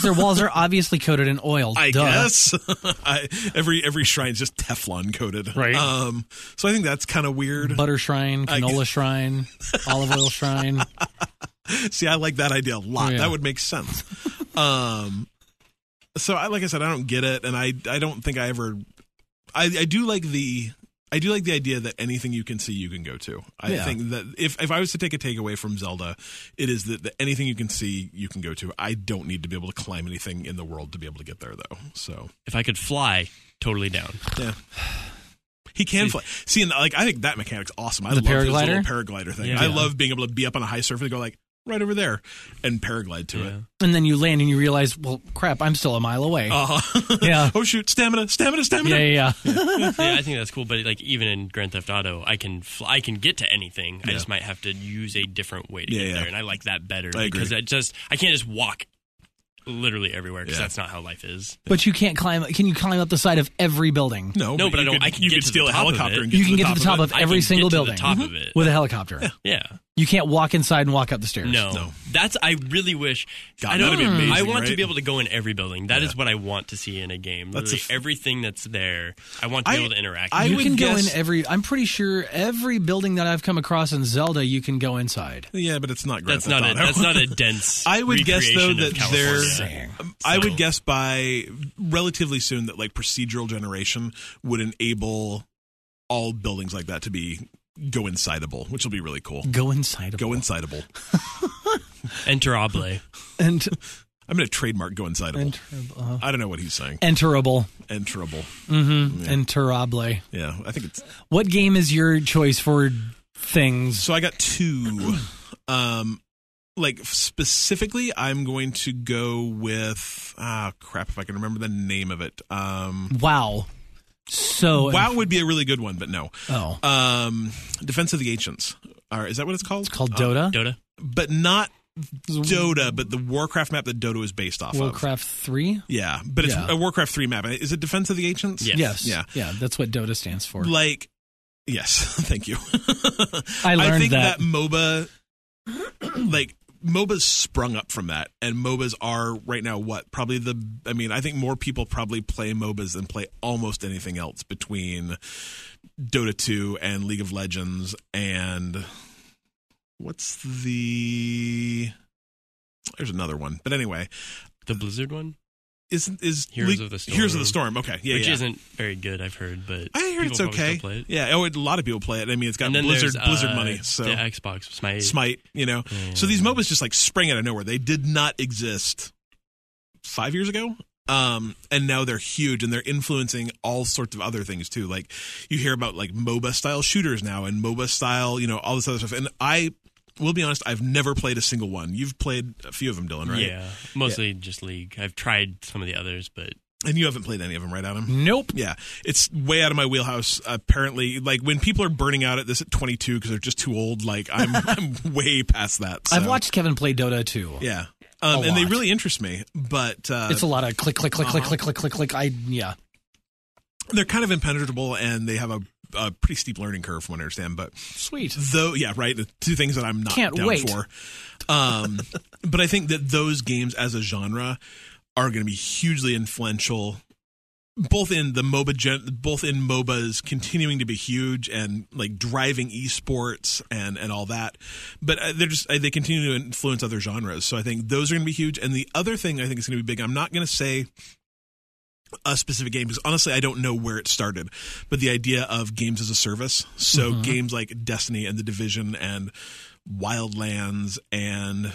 Their walls are obviously coated in oil. I duh. guess [laughs] I, every every shrine's just Teflon coated, Right. Um, so I think that's kind of weird. Butter shrine, I canola shrine, olive oil shrine. See, I like that idea a lot. Oh, Yeah. That would make [laughs] sense. um, so I, like I said, I don't get it, and I, I don't think I ever. I, I do like the. I do like the idea that anything you can see, you can go to. I Yeah. think that if, if I was to take a takeaway from Zelda, it is that, that anything you can see, you can go to. I don't need to be able to climb anything in the world to be able to get there, though. So if I could fly, totally down. yeah. He can fly. See, and like I think that mechanic's awesome. I The love this paraglider? little paraglider thing. Yeah. I love being able to be up on a high surface and go like right over there and paraglide to it. And then you land and you realize, well, crap, I'm still a mile away. Uh. [laughs] Uh-huh. [laughs] Yeah. oh shoot! Stamina, stamina, stamina. yeah, yeah, yeah. yeah, I think that's cool. But like even in Grand Theft Auto, I can fl- I can get to anything. I Yeah. just might have to use a different way to Yeah, get yeah. there, and I like that better I agree. because I just I can't just walk literally everywhere because Yeah. that's not how life is. But you can't climb. Can you climb up the side of every building? No, No, but I you don't- could- I can you get could to the steal a top of helicopter it. and get You to can the get top to the top it. of, I every can single get to the building top of it. with a helicopter. Yeah. You can't walk inside and walk up the stairs. No. No. That's I really wish God, I don't that'd be amazing, I want to right? be able to go in every building. That is what I want to see in a game. That's a Literally f- everything that's there. I want to I- be able to interact. I with. you would can go guess- in every. I'm pretty sure every building that I've come across in Zelda, you can go inside. Yeah, but it's not. Grand that's not Theft a Auto. that's [laughs] not a dense I would guess, though, recreation of that California. there- Um, I So- would guess by relatively soon that like procedural generation would enable all buildings like that to be go insideable, which will be really cool. Go inside. [laughs] Go insideable. Enterable. And I'm going to trademark go insideable. enterable. I don't know what he's saying. uh, Enterable. Enterable. Mm-hmm. Enterable. Yeah, I think it's What game is your choice for things? So I got [clears throat] two. um, like specifically, I'm going to go with ah crap if I can remember the name of it. Um, Wow. So wow would be a really good one, but no. Oh, Um, Defense of the Ancients. Or is that what it's called? It's called Dota. Dota. but not Uh, Dota, but the Warcraft map that Dota is based off of. Warcraft three. Yeah, but it's Yeah. a Warcraft three map. Is it Defense of the Ancients? Yes. Yes. Yeah. Yeah. That's what Dota stands for. Like, yes, [laughs] thank you. I learned I think that. that. MOBA, [clears throat] like MOBAs, sprung up from that, and MOBAs are right now what probably the. I mean, I think more people probably play MOBAs than play almost anything else between Dota two and League of Legends and what's the. There's another one, but anyway, The Blizzard one? is is Heroes of the Heroes of the Storm. Storm? Okay, yeah, which yeah. isn't very good, I've heard, but I hear people it's probably okay. Still play it. Yeah, oh, a lot of people play it. I mean, it's got and then Blizzard there's, Blizzard uh, money. So the Xbox Smite. Smite, you know. Yeah. So these MOBAs just like spring out of nowhere. They did not exist five years ago. Um, and now they're huge and they're influencing all sorts of other things too. Like you hear about like MOBA style shooters now and MOBA style, you know, all this other stuff. And I will be honest, I've never played a single one. You've played a few of them, Dylan, right? Yeah, mostly just League. I've tried some of the others, but And you haven't played any of them, right, Adam? Nope. Yeah, it's way out of my wheelhouse. Apparently, like when people are burning out at this at 22 because they're just too old, like I'm, [laughs] I'm way past that. I've so- watched Kevin play Dota too. Yeah. Um, A and they lot. really interest me, but uh, It's a lot of click, click, click, click, Uh-huh. click, click, click, click. I yeah. they're kind of impenetrable and they have a, a pretty steep learning curve, from what I understand. But Sweet. though, yeah, right, the two things that I'm not Can't down wait. for. [laughs] Um, but I think that those games as a genre are going to be hugely influential, both in the MOBA, gen- both in MOBAs continuing to be huge and like driving esports and and all that. But uh, they're just uh, they continue to influence other genres. So I think those are going to be huge. And the other thing I think is going to be big. I'm not going to say a specific game because honestly I don't know where it started, but the idea of games as a service. So games like Destiny and The Division and Wildlands and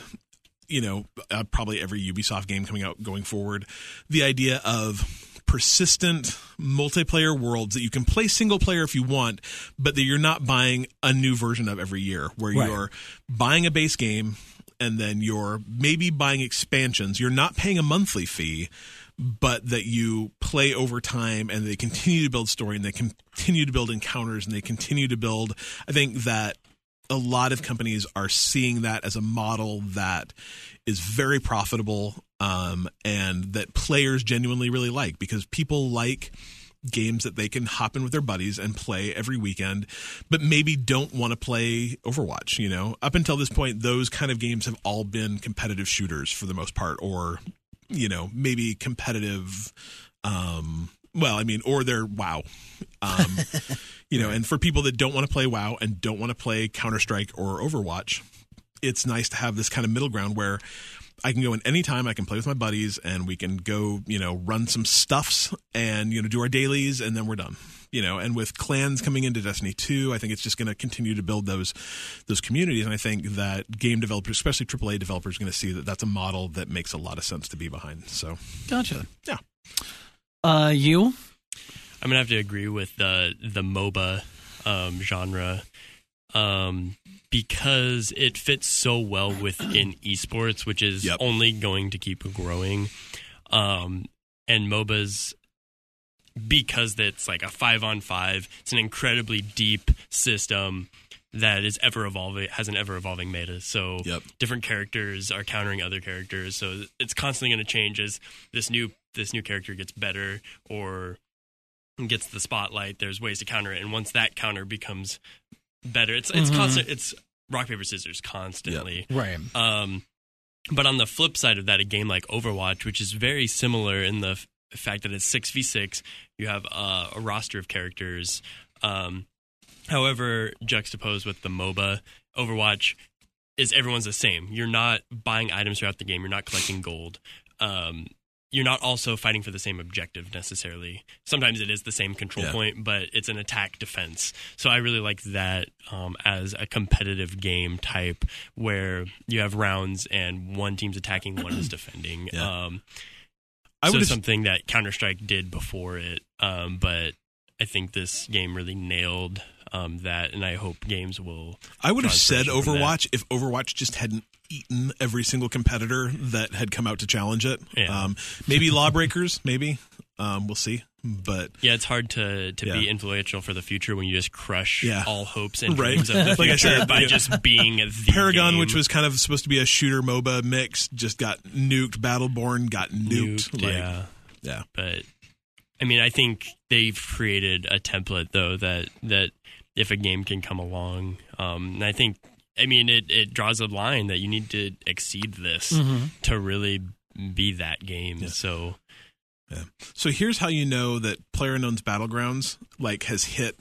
you know uh, probably every Ubisoft game coming out going forward, the idea of persistent multiplayer worlds that you can play single player if you want, but that you're not buying a new version of every year where Right. you're buying a base game and then you're maybe buying expansions. You're not paying a monthly fee, but that you play over time and they continue to build story and they continue to build encounters and they continue to build. I think that a lot of companies are seeing that as a model that is very profitable um, and that players genuinely really like because people like games that they can hop in with their buddies and play every weekend, but maybe don't want to play Overwatch. You know, up until this point, those kind of games have all been competitive shooters for the most part, or you know, maybe competitive. Um, well, I mean, or they're WoW. Um, you know, and for people that don't want to play WoW and don't want to play Counter Strike or Overwatch, it's nice to have this kind of middle ground where I can go in any time. I can play with my buddies, and we can go, you know, run some stuffs and you know do our dailies, and then we're done. You know, and with clans coming into Destiny two, I think it's just going to continue to build those those communities, and I think that game developers, especially AAA developers, are going to see that that's a model that makes a lot of sense to be behind. So Gotcha. Yeah. Uh, you? I'm gonna have to agree with the the MOBA um, genre um, because it fits so [clears throat] well within esports, which is Yep. only going to keep growing. Um, and MOBAs, because it's like a five on five, it's an incredibly deep system that is ever evolving. It has an ever evolving meta, so Yep. different characters are countering other characters. So it's constantly going to change as this new this new character gets better or gets the spotlight, there's ways to counter it. And once that counter becomes better, it's it's Mhm. constant. It's rock paper scissors constantly. Right. Um, but on the flip side of that, a game like Overwatch, which is very similar in the f- fact that it's six v six, you have uh, a roster of characters. Um, however, juxtaposed with the MOBA, Overwatch is everyone's the same. You're not buying items throughout the game. You're not collecting gold. Um, you're not also fighting for the same objective necessarily. Sometimes it is the same control Yeah. point, but it's an attack defense. So I really like that um, as a competitive game type where you have rounds and one team's attacking, one [clears throat] is defending. Yeah. Um, I so would something that Counter Strike did before it, um, but I think this game really nailed um, that, and I hope games will. I would have draw said inspiration from that. Overwatch if Overwatch just hadn't eaten every single competitor that had come out to challenge it. Yeah. Um, [laughs] maybe Lawbreakers, maybe. Um, we'll see. But Yeah, it's hard to to be Yeah. influential for the future when you just crush Yeah. all hopes and [laughs] Right. dreams of the Like I future said, by yeah. just being [laughs] the Paragon, game. which was kind of supposed to be a shooter MOBA mix, just got nuked. Battleborn got nuked. Nuked, Like, yeah, yeah. but I mean, I think they've created a template though that that if a game can come along, um, and I think I mean it it draws a line that you need to exceed this Mm-hmm. to really be that game. So So here's how you know that PlayerUnknown's Battlegrounds like has hit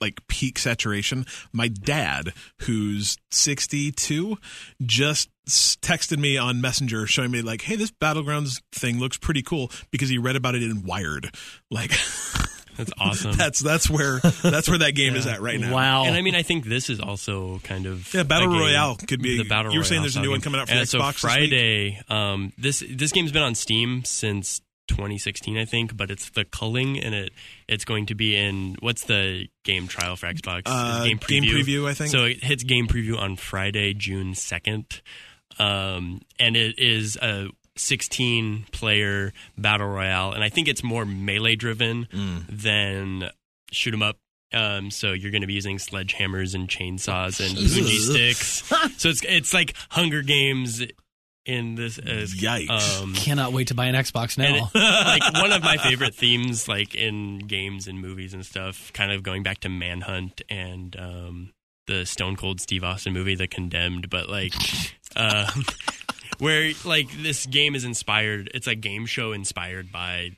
like peak saturation. My dad, who's 62, just s- texted me on Messenger showing me like, "Hey, this Battlegrounds thing looks pretty cool" because he read about it in Wired. Like [laughs] that's awesome. that's that's where that's where that [laughs] game is at right now. Wow. and I mean, [laughs] I think this is also kind of Yeah, Battle a game- Royale could be- the battle. you were saying there's a Royale new one game. coming out for and Xbox this week? So Friday, um, this this game's been on Steam since 2016, I think, but it's the culling, and it it's going to be in what's the game trial for Xbox? Uh, It's game preview. preview, I think. So it hits game preview on Friday, June 2nd, um, and it is a 16 player battle royale, and I think it's more melee driven Mm. than shoot 'em up. Um, so you're going to be using sledgehammers and chainsaws and boogie sticks. So it's it's like Hunger Games in this. As, Yikes. Um, Cannot wait to buy an Xbox now. and it- [laughs] like one of my favorite themes, like in games and movies and stuff, kind of going back to Manhunt and um, the Stone Cold Steve Austin movie, The Condemned, [laughs] but like. Uh, [laughs] Where like this game is inspired, it's a game show inspired by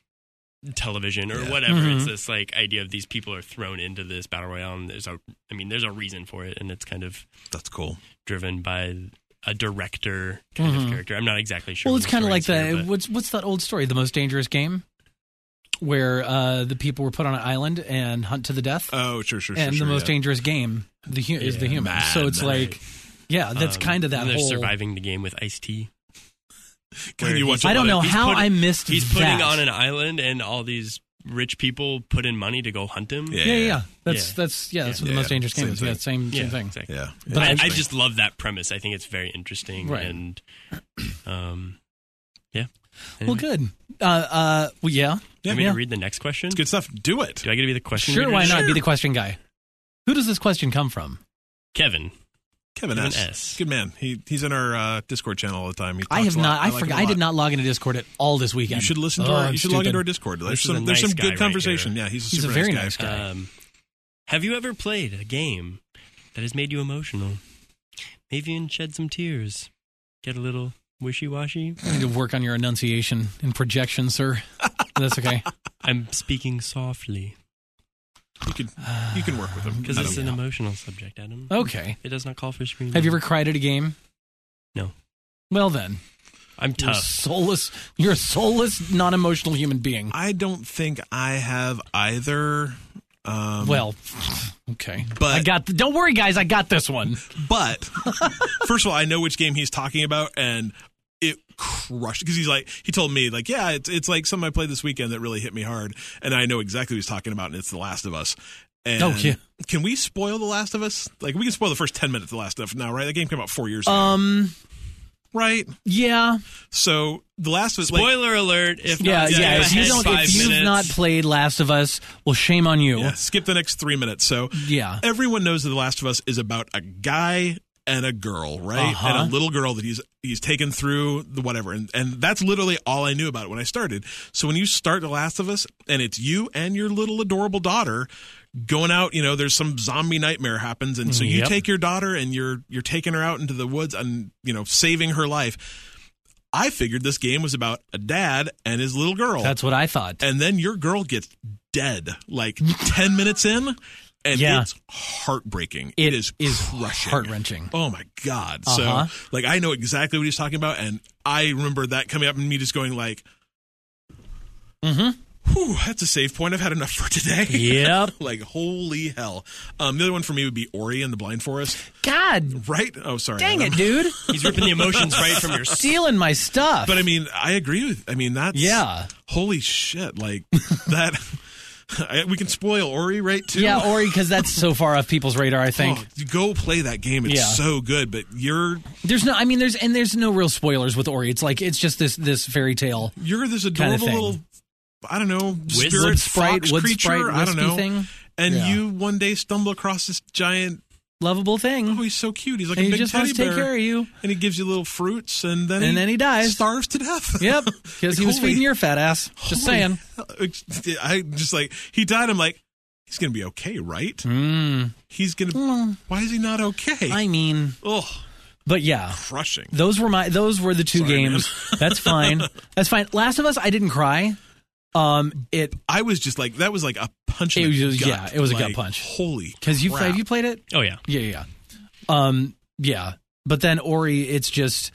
television or Yeah. whatever. Mhm. It's this like idea of these people are thrown into this battle royale, and there's a, I mean, there's a reason for it, and it's kind of That's cool. driven by a director kind Mhm. of character. I'm not exactly sure. well, when it's the kind of story like is here, that. but- What's what's that old story? The most dangerous game. where uh, the people were put on an island and hunt to the death. Oh, sure, sure, sure. and sure, the most yeah. dangerous game the hu- is the Yeah, human. man, so it's right. like, yeah, that's Um, kind of that and they're whole. surviving the game with iced tea. Can where you watch? he's- a I don't lot know of- He's how putting- I missed. He's that. putting on an island, and all these rich people put in money to go hunt him. Yeah, Yeah, yeah, yeah. That's Yeah. that's yeah. That's Yeah. what the most Yeah, dangerous game same is. Yeah, thing. same Yeah, same thing. exactly. Yeah, But But I, I interesting. just love that premise. I think it's very interesting. Right. [clears throat] And um, yeah. Well, Mm-hmm. good. Uh, uh, well, yeah. I Yeah, mean, yeah. to read the next question. It's good stuff. Do it. Do I get to be the question? Sure, reader? why not be Sure. the question guy? Who does this question come from? Kevin. Kevin Kevin S. S. Good man. He he's in our uh, Discord channel all the time. He I talks have a lot. not. I, like him forgot. a I did lot. not log into Discord at all this weekend. You should listen to Oh, our. I'm You should log into stupid. our Discord. There's is some. a there's some nice guy good right conversation. here. yeah, he's a He's super a very nice nice guy. guy. Okay. Um, have you ever played a game that has made you emotional? Maybe even shed some tears. Get a little [laughs] wishy washy. You need to work on your enunciation and [laughs] projection, sir. That's okay. I'm speaking softly You can you can work with [sighs] him because I it's don't- an emotional subject, Adam. Okay. It does not call for screaming. Uh, Have you ever cried at a game? No. Well then, I'm you're a tough. soulless. You're a soulless, non-emotional human being. I don't think I have either. Um, well, okay. but- I got. th- don't worry, guys. I got this one. But first of all, I know which game he's talking about, and it crushed because he's like he told me like yeah, it's it's like something I played this weekend that really hit me hard, and I know exactly what he's talking about, and it's The Last of Us. And Oh, yeah. Can we spoil The Last of Us? Like we can spoil the first ten minutes of The Last of Us now, right? That game came out four years ago, Um. right? Yeah. So The Last of Us, like, Spoiler alert! If Yeah. not, skip Yeah. If you ahead don't, five if you've minutes. not played Last of Us, well, shame on you. yeah, skip the next three minutes. So Yeah. everyone knows that The Last of Us is about a guy and a girl, right? Uh-huh. And a little girl that he's he's taken through the whatever. And and that's literally all I knew about it when I started. So when you start The Last of Us and it's you and your little adorable daughter going out, you know, there's some zombie nightmare happens and so you Mm, Yep. take your daughter and you're you're taking her out into the woods and you know, saving her life. I figured this game was about a dad and his little girl That's what I thought. and then your girl gets dead [laughs] like 10 minutes in and Yeah. it's heartbreaking it It is, is crushing Heart wrenching. oh my god Uh-huh. so like i know exactly what he's talking about and i remember that coming up and me just going like Mhm. Whew, that's a save point. I've had enough for today. Yep. [laughs] like, holy hell. Um, the other one for me would be Ori and the Blind Forest, God right? Oh, sorry. dang Adam. it, dude. He's ripping the emotions right from [laughs] your. Stealing my stuff. But I mean, I agree with. I mean, that's Yeah. Holy shit! Like [laughs] that. I, we can spoil Ori, right? Too. yeah, Ori, because that's so far off people's radar. I think Oh, go play that game. It's Yeah. so good, but you're there's no. I mean, there's and there's no real spoilers with Ori. It's like it's just this this fairy tale. you're this Kinda adorable thing. little I don't know spirit Wood fox sprite, wood creature. sprite, I don't wispy know. thing. And Yeah. you one day stumble across this giant. Lovable Oh, thing. he's so cute. He's like And a he big just teddy wants to bear, take care of you. and he gives you little fruits, and then And he then he dies. starves to death. [laughs] [laughs] Yep, because Like, he was holy- feeding your fat ass. Just holy saying. hell. I just like he died. I'm like, he's gonna be okay, right? Mm. He's gonna. Mm, Why is he not okay? I mean, oh, but yeah. crushing. Those were my those were the two Sorry, games. That's fine. [laughs] That's fine. Last of Us, I didn't cry. Um, it I was just like that was like a punch. in It the was- gut. yeah, it was a gut Like, punch. Holy, because you Crap. have you played it? [laughs] Oh yeah. Yeah, yeah, yeah. Um, yeah. But then Ori, it's just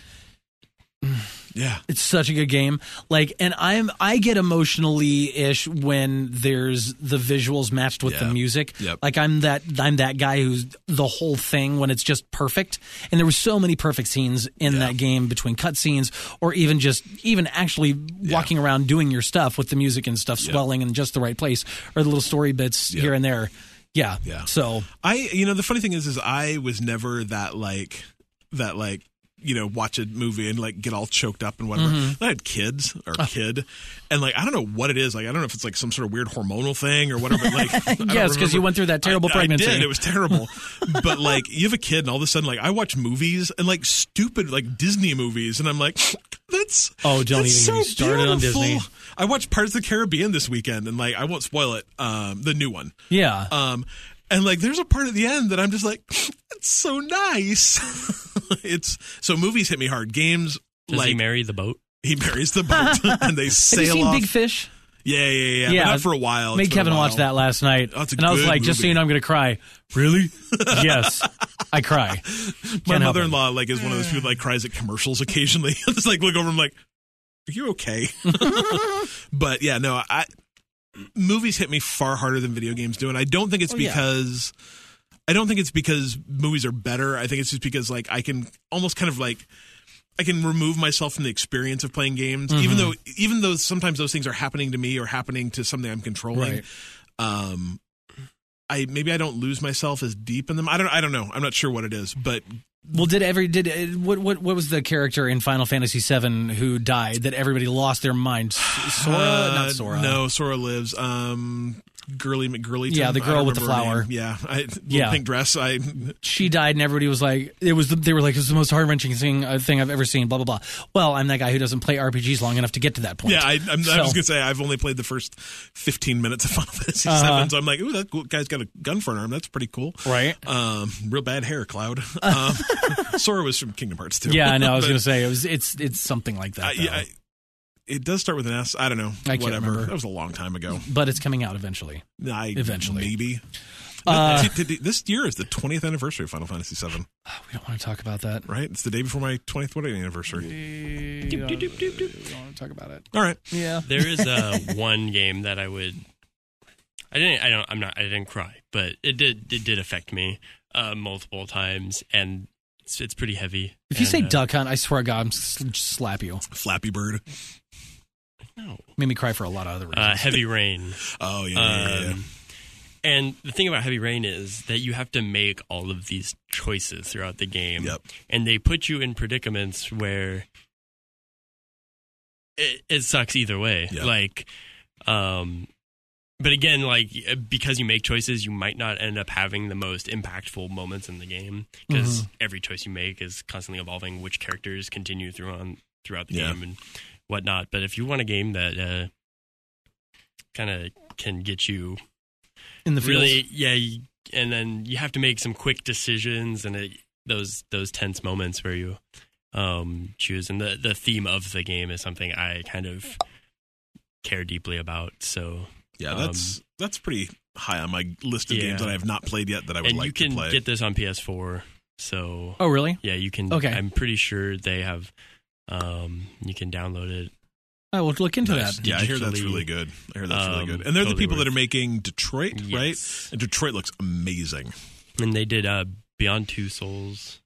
yeah. it's such a good game. Like, and I'm I get emotionally ish when there's the visuals matched with Yeah. the music. Yep. Like I'm that I'm that guy who's the whole thing when it's just perfect. And there were so many perfect scenes in that game between cutscenes or even just even actually walking around doing your stuff with the music and stuff swelling in just the right place or the little story bits here and there. Yeah. Yeah. So I you know the funny thing is is I was never that like that like you know watch a movie and like get all choked up and whatever. Mm-hmm. I had kids or Ah. a kid, and like I don't know what it is. Like I don't know if it's like some sort of weird hormonal thing or whatever. [laughs] Like I don't Yes, 'cause you remember. went through that terrible I- pregnancy. I did. It was [laughs] terrible. but like you have a kid and all of a sudden like I watch movies and like stupid like Disney movies and I'm like. That's Oh, don't that's even get so me started on beautiful. Disney. I watched Pirates of the Caribbean this weekend, and like I won't spoil it. Um, the new one, yeah. um, and like, there's a part at the end that I'm just like, it's so nice. [laughs] it's so movies hit me hard. Games Does like he marry the boat? he marries the boat [laughs] and they [laughs] Have you sail seen off. Big Fish? yeah, yeah, yeah, Yeah, But not for a while. It's Made been a Kevin watch while. that last night, Oh, it's a and I was good like, "Just so movie. you know, I'm going [laughs] to cry." Really? yes, I cry. My Can't help mother-in-law like is one Mm. of those people that like, cries at commercials occasionally. [laughs] [laughs] just like look over, I'm like, are you okay? but yeah, no, I movies hit me far harder than video games do, and I don't think it's Oh, yeah. because I don't think it's because movies are better. I think it's just because like I can almost kind of like I can remove myself from the experience of playing games, Mm-hmm. even though even though sometimes those things are happening to me or happening to something I'm controlling. Right. Um, I maybe I don't lose myself as deep in them. I don't. I don't know. I'm not sure what it is, but Well, did every did uh, what what what was the character in Final Fantasy VII who died that everybody lost their mind? S- Sora, Uh, not Sora. No, Sora lives. Um, Girly McGirly. Yeah, the girl with the flower. Yeah, I, little Yeah. pink dress. I she died, and everybody was like, it was the, they were like, it was the most heart wrenching thing uh, thing I've ever seen. Blah blah blah. Well, I'm that guy who doesn't play RPGs long enough to get to that point. yeah. I, I'm, I So- was gonna say I've only played the first 15 minutes of [laughs] Final Fantasy VII, so I'm like, ooh, that cool- guy's got a gun for an arm. That's pretty cool. Uh-huh. Right. Um, real bad hair, [laughs] Cloud. Um, Sora was from Kingdom Hearts too. [laughs] yeah, I know. I [laughs] was But going to say it was it's it's something like that. I- though. yeah, I- it does start with an S. I don't know. I can't Whatever. remember. That was a long time ago. but it's coming out eventually. I, Eventually. maybe. Uh, Th- th- th- this year is the 20th anniversary of Final Fantasy VII. We don't want to talk about that. right? It's the day before my 20th wedding anniversary. Doop, doop, doop, doop, doop. All right. Yeah. There is uh, [laughs] one game that I would. I didn't. I don't. I'm not. I didn't cry, but it did. It did affect me uh, multiple times, and it's, it's pretty heavy. If you And, say uh, Duck Hunt, I swear to God, I'm s- just slap you. Flappy Bird. no, Made me cry for a lot of other reasons. uh, [laughs] heavy rain. Oh, yeah. yeah, yeah, yeah. Um, and the thing about heavy rain is that you have to make all of these choices throughout the game, Yep. and they put you in predicaments where it, it sucks either way. Yeah. Like, um, but again, like because you make choices, you might not end up having the most impactful moments in the game because Mm-hmm. every choice you make is constantly evolving. Which characters continue through on throughout the Yeah. game and whatnot. But if you want a game that uh, kind of can get you in the field. really yeah you, and then you have to make some quick decisions and it, those those tense moments where you um choose and the the theme of the game is something i kind of care deeply about so Yeah, that's that's pretty high on my list of um, Yeah. games that I have not played yet that I would and like you can to play. get this on ps4 so Oh, really? yeah you can Okay. i'm pretty sure they have um you can download it I will look into Nice. that. yeah, I hear that's really good. I hear that's really good. And they're the totally people that are worth- making Detroit, right? Yes. And Detroit looks amazing. and they did uh beyond two souls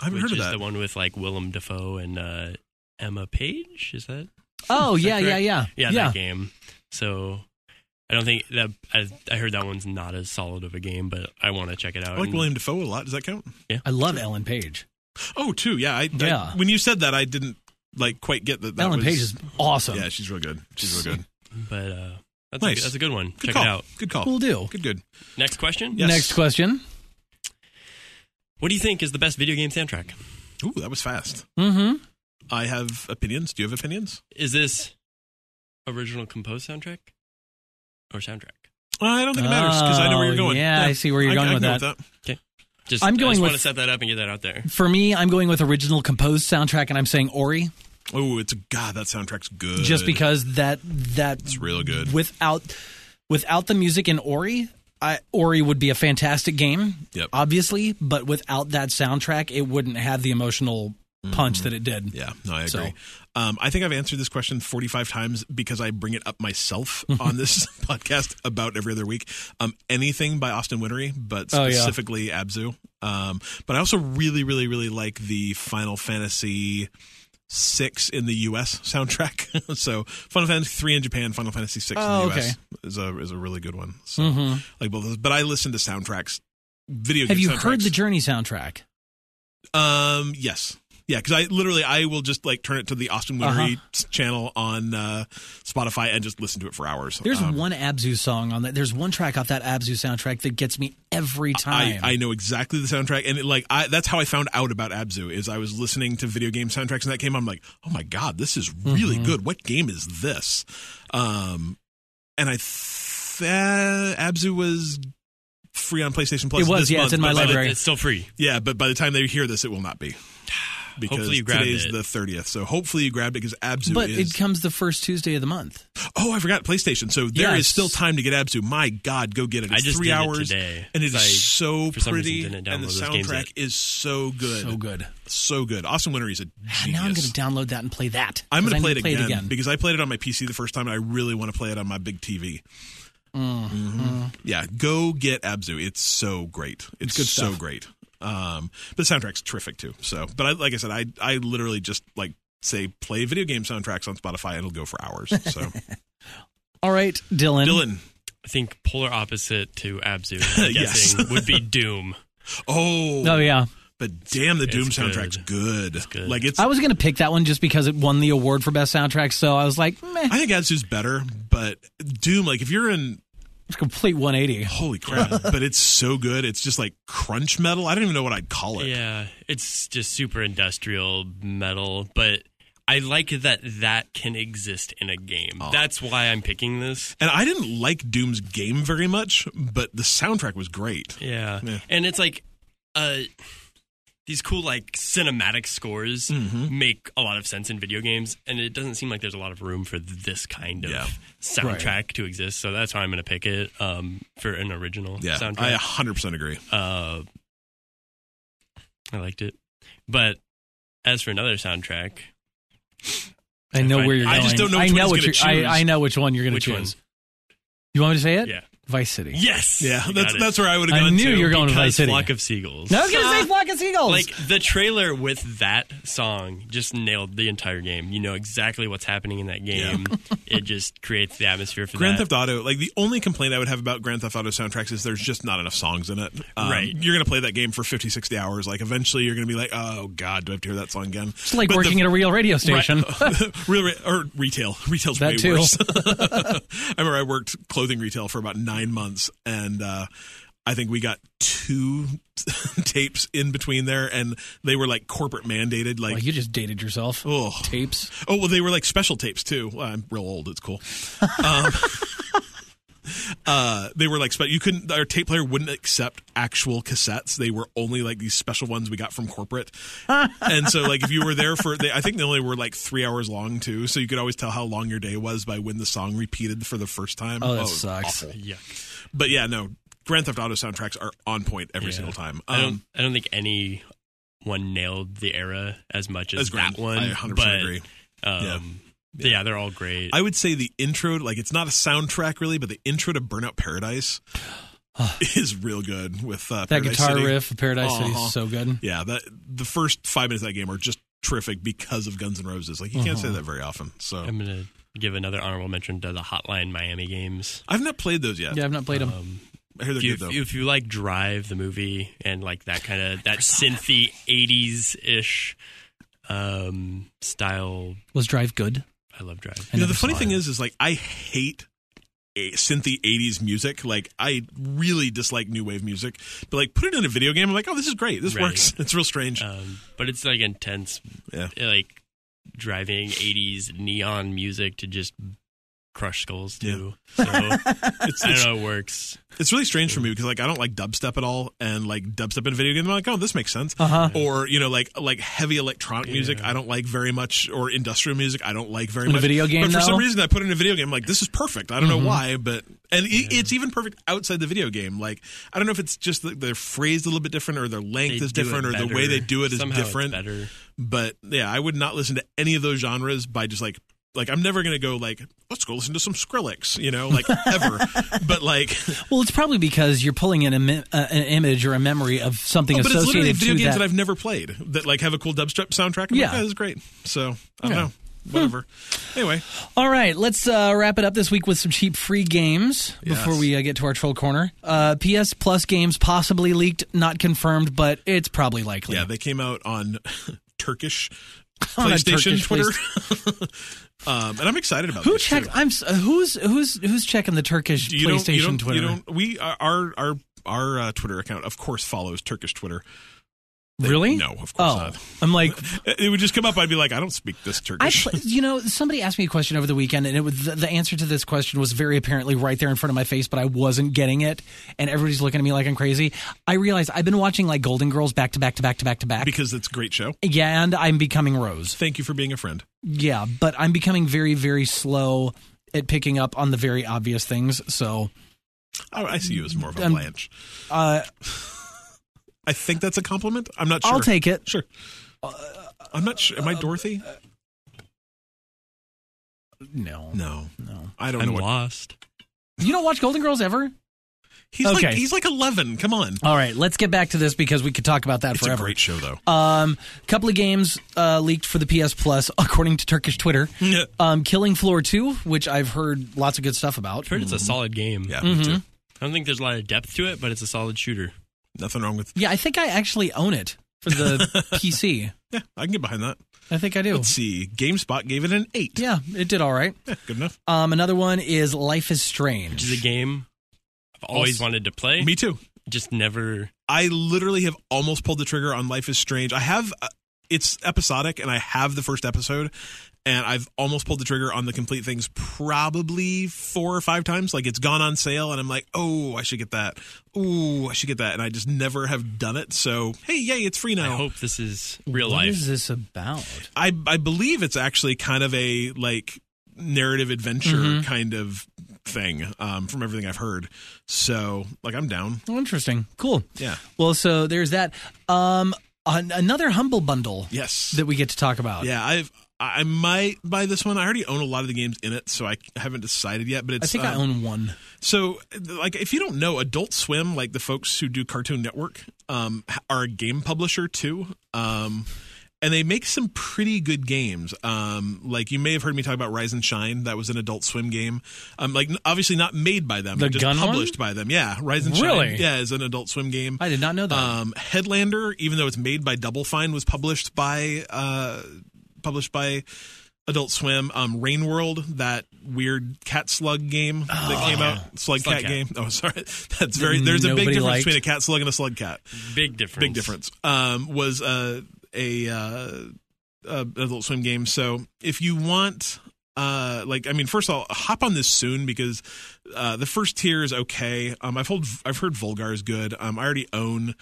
I haven't which heard of is that. the one with like willem dafoe and uh emma page is that Oh, Is that yeah, yeah, correct? yeah, yeah, that game. So I don't think that I, I heard that one's not as solid of a game, but I want to check it out. I like And William Defoe a lot. Does that count? I love Ellen Page. Oh, too. Yeah. I, I- Yeah. when you said that, I didn't like quite get that. that Ellen was, Page is awesome. Yeah, she's real good. She's real good. But uh, that's Nice. a, that's a good one. Good check call. it out. Good call. We'll do. Good. Good. Next question. Yes. Next question. What do you think is the best video game soundtrack? Ooh, that was fast. Mm-hmm. I have opinions. Do you have opinions? Is this original composed soundtrack or soundtrack? Well, I don't think it matters because I know where you're Oh, going. yeah, I see where you're I- going I with can go that. Just I'm I going just with- want to set that up and get that out there. For me, I'm going with original composed soundtrack, and I'm saying Ori, Oh, it's God. That soundtrack's good. just because that that it's real good. without without the music in Ori, I, Ori would be a fantastic game, Yep. obviously, but without that soundtrack, it wouldn't have the emotional punch Mm-hmm. that it did. Yeah, no, I agree. So- Um, I think I've answered this question 45 times because I bring it up [laughs] myself on this [laughs] podcast about every other week. Um, anything by Austin Wintery, but Oh, yeah. specifically Abzu. Um, but I also really, really, really like the Final Fantasy six in the U.S. [laughs] soundtrack. so Final Fantasy three in Japan, Final Fantasy six Oh, in the U.S. okay. is a is a really good one. So Mhm. like both of those. But I listen to soundtracks. Video Have game you soundtracks. heard the Journey soundtrack? Um, yes. Yeah, because I literally I will just like turn it to the Austin Winery Uh-huh. s- channel on uh, Spotify and just listen to it for hours. There's Um, one Abzu song on that. There's one track off that Abzu soundtrack that gets me every time. I, I know exactly the soundtrack, and it, like I, that's how I found out about Abzu. Is I was listening to video game soundtracks, and that came. on, I'm like, oh my god, this is really Mm-hmm. good. What game is this? Um, and I th- Abzu was free on PlayStation Plus. It was, this yeah, it's month, in my but by the- library. It's still free. yeah, but by the time they hear this, it will not be. [sighs] because Hopefully you grabbed today's it. the 30th. So hopefully you grabbed it because Abzu But is. it comes the first Tuesday of the month. oh, I forgot PlayStation. So there is Yes. still time to get Abzu. My God, go get it. It's I just three did it hours today. and it is I, so for some reason, pretty. didn't and the download those games soundtrack is so good, So good. Ah, so good. Austin Winter is [sighs] a genius. Now I'm going to download that and play that. I'm going 'cause I to play, need it, again because I played it on my PC the first time, and I really want to play it on my big TV. Mhm. Yeah, go get Abzu. It's so great. It's good so stuff. great. Um, the soundtrack's terrific too. So, but I, like I said, I I literally just like say play video game soundtracks on Spotify. It'll go for hours. So, All right, Dylan. Dylan. I think polar opposite to Abzu, I'm Yes. guessing, would be Doom. Oh, Oh yeah, but damn, the Doom it's soundtrack's good. good. good. Like it's. I was gonna pick that one just because it won the award for best soundtrack. So I was like, meh, I think Abzu's better, but Doom. Like if you're in it's a complete 180. Holy crap. but it's so good. It's just like crunch metal. I don't even know what I'd call it. Yeah, it's just super industrial metal, but I like that that can exist in a game. Oh. That's why I'm picking this. And I didn't like Doom's game very much, but the soundtrack was great. Yeah. Yeah. And it's like uh these cool like cinematic scores Mm-hmm. make a lot of sense in video games and it doesn't seem like there's a lot of room for this kind of Yeah. soundtrack to exist. So that's why I'm going to pick it um for an original Yeah. I soundtrack. 100% agree. uh I liked it. But as for another soundtrack, I know fine. where you're I going. just don't know I which know one what he's you're. gonna choose. I, I know which one you're gonna Which choose. one? You want me to say it? yeah. Vice City. Yes. Yeah, You that's got it. that's where I would have I gone knew to. you were going to because Vice City. Flock of Seagulls. No, I was gonna say Flock of Seagulls. like the trailer with that song just nailed the entire game. You know exactly what's happening in [laughs] that game. it just creates the atmosphere for Grand that. Theft Auto, like the only complaint I would have about Grand Theft Auto soundtracks is there's just not enough songs in it. Um, Right. You're going to play that game for 50, 60 hours. Like eventually you're going to be like, oh, God, do I have to hear that song again? it's like working at a real radio station. [laughs] Real re- or retail. Retail's That way too. [laughs] worse. I remember I worked clothing retail for about nine months, and uh, I think we got two [laughs] tapes in between there, and they were like corporate mandated. Like, Like, you just dated yourself. oh, Tapes. oh, well, they were like special tapes too. Well, I'm real old. It's cool. Um, [laughs] Uh, they were like, spe- you couldn't, our tape player wouldn't accept actual cassettes. They were only like these special ones we got from corporate. and so, like, if you were there for, they, I think they only were like three hours long too. So you could always tell how long your day was by when the song repeated for the first time. Oh, that it was sucks. awful. Yeah. But yeah, no, Grand Theft Auto soundtracks are on point every Yeah. single time. I don't Um, I don't think any one nailed the era as much as, that's grand. that one. I 100% but, agree. Um, yeah. they're all great. I would say the intro, like it's not a soundtrack really, but the intro to Burnout Paradise [sighs] is real good with uh, That Paradise guitar City. riff of Paradise City Uh-huh. is so good. Yeah, that the first five minutes of that game are just terrific because of Guns N' Roses. Like you can't Uh-huh. say that very often. So I'm gonna give another honorable mention to the Hotline Miami games. I've not played those yet. Yeah, I've not played them. Um, I hear they're if you, good though. if you like Drive the movie and like that kind of that synthy '80s ish um, style, Was Drive good? I love Drive. you know, never the funny saw thing it. is, is like I hate a synthy '80s music. Like I really dislike new wave music. But like put it in a video game, I'm like, oh, this is great. This Right. works. [laughs] It's real strange. um, but it's like intense, Yeah. like driving '80s neon music to just crush [laughs] skulls too. So it's, I it's don't know, it works. it's really strange for me because like I don't like dubstep at all, and like dubstep in a video game, I'm like, oh, this makes sense. Uh huh. [laughs] Or you know, like like heavy electronic music, I don't like very much. Or industrial music, I don't like very In a much. video game, but for some though? reason, I put it in a video game. Like this is perfect. I don't Mm-hmm. know why, but and e it's even perfect outside the video game. Like I don't know if it's just that they're phrased a little bit different, or their length They is do it different, or the better. way they do it is Somehow it's different. better. But yeah, I would not listen to any of those genres by just like like I'm never gonna go like let's go listen to some Skrillex, you know, like [laughs] ever. but like. Well, it's probably because you're pulling in a, me- uh, an image or a memory of something Oh, but it's literally associated video to games that. that. I've never played that like have a cool dubstep soundtrack. I'm yeah, Yeah. like, yeah, this is great. So I don't Yeah. Hmm. know, whatever. Anyway, All right, let's uh, wrap it up this week with some cheap free games before we uh, get to our troll corner. Uh, PS Plus games possibly leaked, not confirmed, but it's probably likely. yeah, they came out on [laughs] Turkish [laughs] On a PlayStation Turkish Twitter, [laughs] um, and I'm excited about Who this, check? too. I'm s- uh, who's who's who's checking the Turkish You don't, PlayStation you don't, Twitter? You don't, we our our our uh, Twitter account, of course, follows Turkish Twitter. They- really? No, of course oh, not. [laughs] I'm like, It- It would just come up. I'd be like, I don't speak this I, Turkish. pl- you know, somebody asked me a question over the weekend, and it was the, the answer to this question was very apparently right there in front of my face, but I wasn't getting it, and everybody's looking at me like I'm crazy. I realize I've been watching like Golden Girls back to back to back to back to [laughs] back. because it's a great show. yeah, and I'm becoming Rose. Thank you for being a friend. Yeah, but I'm becoming very, very slow at picking up on the very obvious things. So, Oh, I, I see you as more of a Um, Blanche. uh, I think that's a compliment. I'm not sure. I'll take it. Sure. I'm not sure. Am I Dorothy? No, No, no. I don't I'm know. What, lost. You don't watch Golden Girls ever? he's like Okay. he's like 11. Come on. All right, let's get back to this because we could talk about that It's forever. a great show though. Um, couple of games uh, leaked for the PS Plus, [laughs] according to Turkish Twitter. Yeah. Um, Killing Floor Two, which I've heard lots of good stuff about. I've heard it's a solid [laughs] game. Mm-hmm. Yeah, me Mhm. too. I don't think there's a lot of depth to it, but it's a solid shooter. Nothing wrong with. Yeah, I think I actually own it for the PC. Yeah, I can get behind that. I think I do. Let's see. GameSpot gave it an eight. yeah, it did all right. Yeah, good enough. Um, another one is Life is Which is a Strange. game I've always Also- wanted to play. Me too. just never. I literally have almost pulled the trigger on Life is Strange. I have uh, it's episodic and I have the first episode and I've almost pulled the trigger on the complete things probably four or five times. Like it's gone on sale and I'm like, "Oh, I should get that. Ooh, I should get that." And I just never have done it. So, hey, yay, it's free I now. hope this is real What life. is this about? I I believe it's actually kind of a like narrative adventure Mm-hmm. Mhm. kind of thing um from everything I've heard. So, like I'm down. Oh, interesting. Cool. Yeah. Well, so there's that. Um, an- another humble bundle Yes. that we get to talk about. Yeah, I've I I might buy this one. I already own a lot of the games in it, so I haven't decided yet. But I it's think I um, own one. so like if you don't know, Adult Swim, like the folks who do Cartoon Network, um, h- are a game publisher too. Um, and they make some pretty good games. Um, like you may have heard me talk about Rise and Shine. That was an Adult Swim game. Um, like n- obviously not made by them, The just gun one? published by them. Yeah, Rise and Shine. Really? Yeah, is an Adult Swim game. I did not know that. Um, Headlander, even though it's made by Double Fine, was published by uh, published by Adult Swim. Um, Rain World, that weird cat slug game that came out, slug, Slug cat, cat. game. [laughs] Oh, sorry, that's very. There's a big Nobody difference liked. between a cat slug and a slug cat. Big difference. Big difference. Um, was uh, a uh, uh, Adult Swim game. So if you want. Uh, like I mean, first of all, hop on this soon because uh, the first tier is okay. Um, I've heard I've heard Vulgar is good. Um, I already own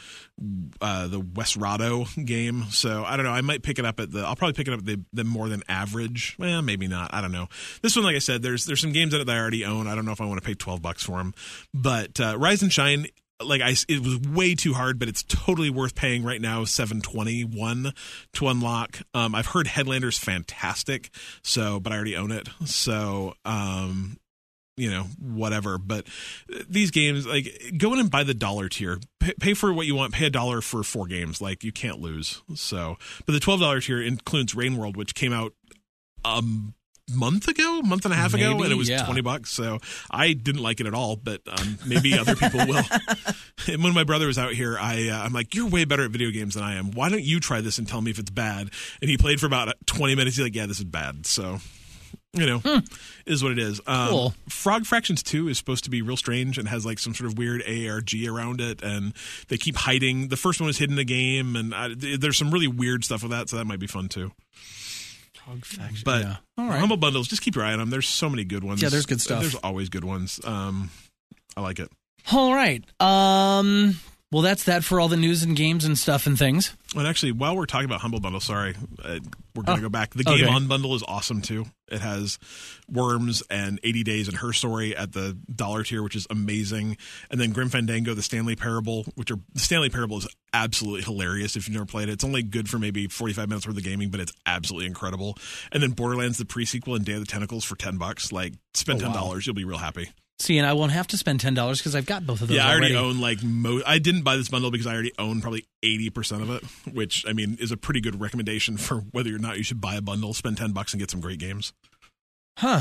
uh, the Westerato game, so I don't know. I might pick it up at the. I'll probably pick it up at the, the more than average. Well, maybe not. I don't know. This one, like I said, there's there's some games in it that I already own. I don't know if I want to pay twelve bucks for them. But uh, Rise and Shine, like I, s- it was way too hard, but it's totally worth paying right now seven twenty one to unlock. Um, I've heard Headlander's fantastic, so but I already own it, so um, you know whatever but uh, these games like go in and buy the dollar tier P- pay for what you want pay a dollar for four games like you can't lose so but the $12 tier includes rain world which came out a month ago month and a half ago Maybe, and it was yeah. 20 bucks so i didn't like it at all but um, maybe other people [laughs] will and when my brother was out here i uh, i'm like you're way better at video games than i am why don't you try this and tell me if it's bad and he played for about 20 minutes he's like yeah this is bad so you know, is what it is. Um, Hmm. Cool. Frog Fractions 2 is supposed to be real strange and has like some sort of weird ARG around it, and they keep hiding. The first one was hidden in a game, and I, th- there's some really weird stuff with that, so that might be fun too. But yeah. all right. Humble Bundles, just keep your eye on them. There's so many good ones. Yeah, there's good stuff. There's always good ones. Um, I like it. All right. Um. Well, that's that for all the news and games and stuff and things. And actually, while we're talking about Humble Bundle, sorry, uh, we're going to go Oh, back. The okay. Game On Bundle is awesome too. It has Worms and 80 Days and Her Story at the dollar tier, which is amazing. And then Grim Fandango, The Stanley Parable, which are The Stanley Parable is absolutely hilarious if you've never played it. It's only good for maybe 45 minutes worth of gaming, but it's absolutely incredible. And then Borderlands, the prequel, and Day of the Tentacles for 10 bucks. Like, spend Oh, wow. $10, you'll be real happy. See, and I won't have to spend ten dollars because I've got both of those. Yeah, I already already own like mo. I didn't buy this bundle because I already own probably eighty percent of it, which I mean is a pretty good recommendation [laughs] for whether or not you should buy a bundle, spend ten bucks, and get some great games. Huh.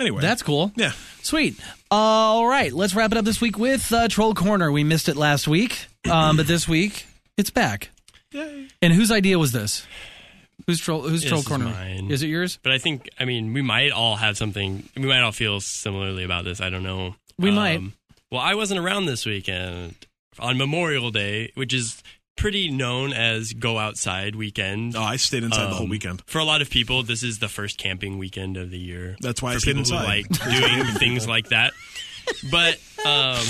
Anyway, That's cool. yeah. Sweet. All right. Let's wrap it up this week with uh, Troll Corner. We missed it last week, um, but this week it's back. And whose idea was this? Who's troll? Who's This troll is corner? mine. Is it yours? But I think, I mean, we might all have something. We might all feel similarly about this. I don't know. Um, We might. Well, I wasn't around this weekend on Memorial Day, which is pretty known as go outside weekend. Oh, I stayed inside the whole Um, weekend. For a lot of people, this is the first camping weekend of the year. That's why for I stayed people inside. who like [laughs] doing things like that. But um,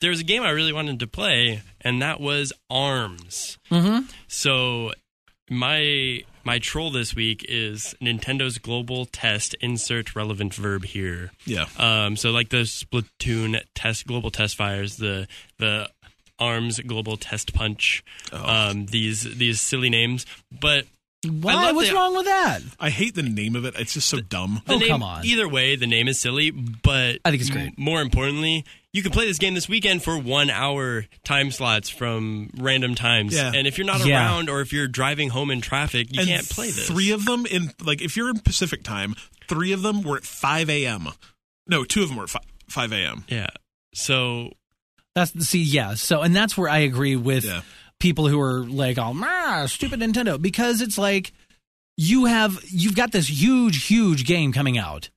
there was a game I really wanted to play, and that was Arms. Mm-hmm. So my my troll this week is Nintendo's global test. Insert relevant verb here. yeah. Um, so like the Splatoon test, global test fires, the the arms global test punch. Oh. Um, these these silly names, but Why? love What's the- wrong with that? I hate the name of it. It's just so dumb. the Oh, name, come on. Either way, the name is silly, but I think it's great. m- more importantly, you can play this game this weekend for one hour time slots from random times. Yeah. And if you're not Yeah. around or if you're driving home in traffic, you and can't play this. Three of them in like if you're in Pacific time, three of them were at five a.m. No, two of them were at fi- five a.m. yeah. So That's see, yeah. So, and that's where I agree with Yeah. people who are like, "Oh, meh, stupid Nintendo," because it's like you have you've got this huge, huge game coming out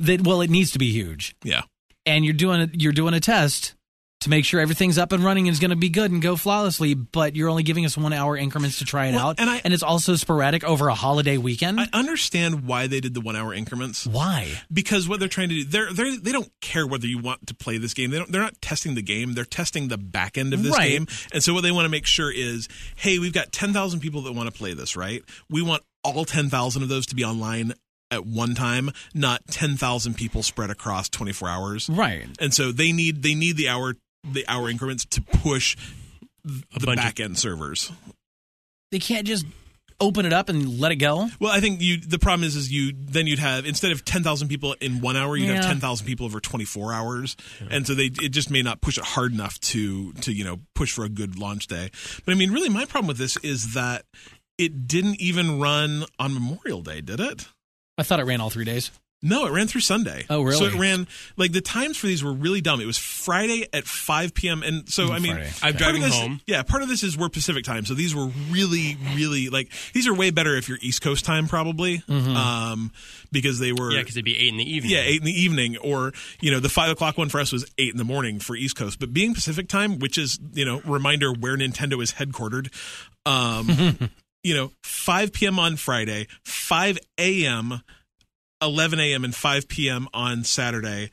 that well, it needs to be huge, Yeah, and you're doing a, you're doing a test to make sure everything's up and running and is going to be good and go flawlessly, but you're only giving us one hour increments to try it Well, out, and I- it's also sporadic over a holiday Hmm. weekend. I understand why they did the one-hour increments. Why? because what they're trying to do they're, they're they don't care whether you want to play this game they don't they're not testing the game they're testing the back end of this Right. game and so what they want to make sure is hey we've got 10,000 people that want to play this right we want all 10,000 of those to be online at one time not 10,000 people spread across 24 hours Right. and so they need they need the hour the hour increments to push a the bunch of back end servers They can't just open it up and let it go. well i think you the problem is is you then you'd have instead of 10,000 people in 1 hour you'd have Yeah. 10,000 people over 24 hours and so they it just may not push it hard enough to to you know push for a good launch day but i mean really my problem with this is that it didn't even run on memorial day did it I thought it ran all three days. no, it ran through Sunday. Oh, really? So it ran like the times for these were really dumb. It was Friday at five p.m. And so I mean, Mm, Friday. part I'm of driving this- home. Yeah, part of this is we're Pacific time, so these were really, really like these are way better if you're East Coast time, probably, Mm-hmm. um, because they were Yeah, because it'd be eight in the evening. yeah, eight in the evening, or you know, the five o'clock one for us was eight in the morning for East Coast. But being Pacific time, which is you know, reminder where Nintendo is headquartered, um, you know, five p.m. on Friday, five a.m., eleven a.m. and five p.m. on Saturday,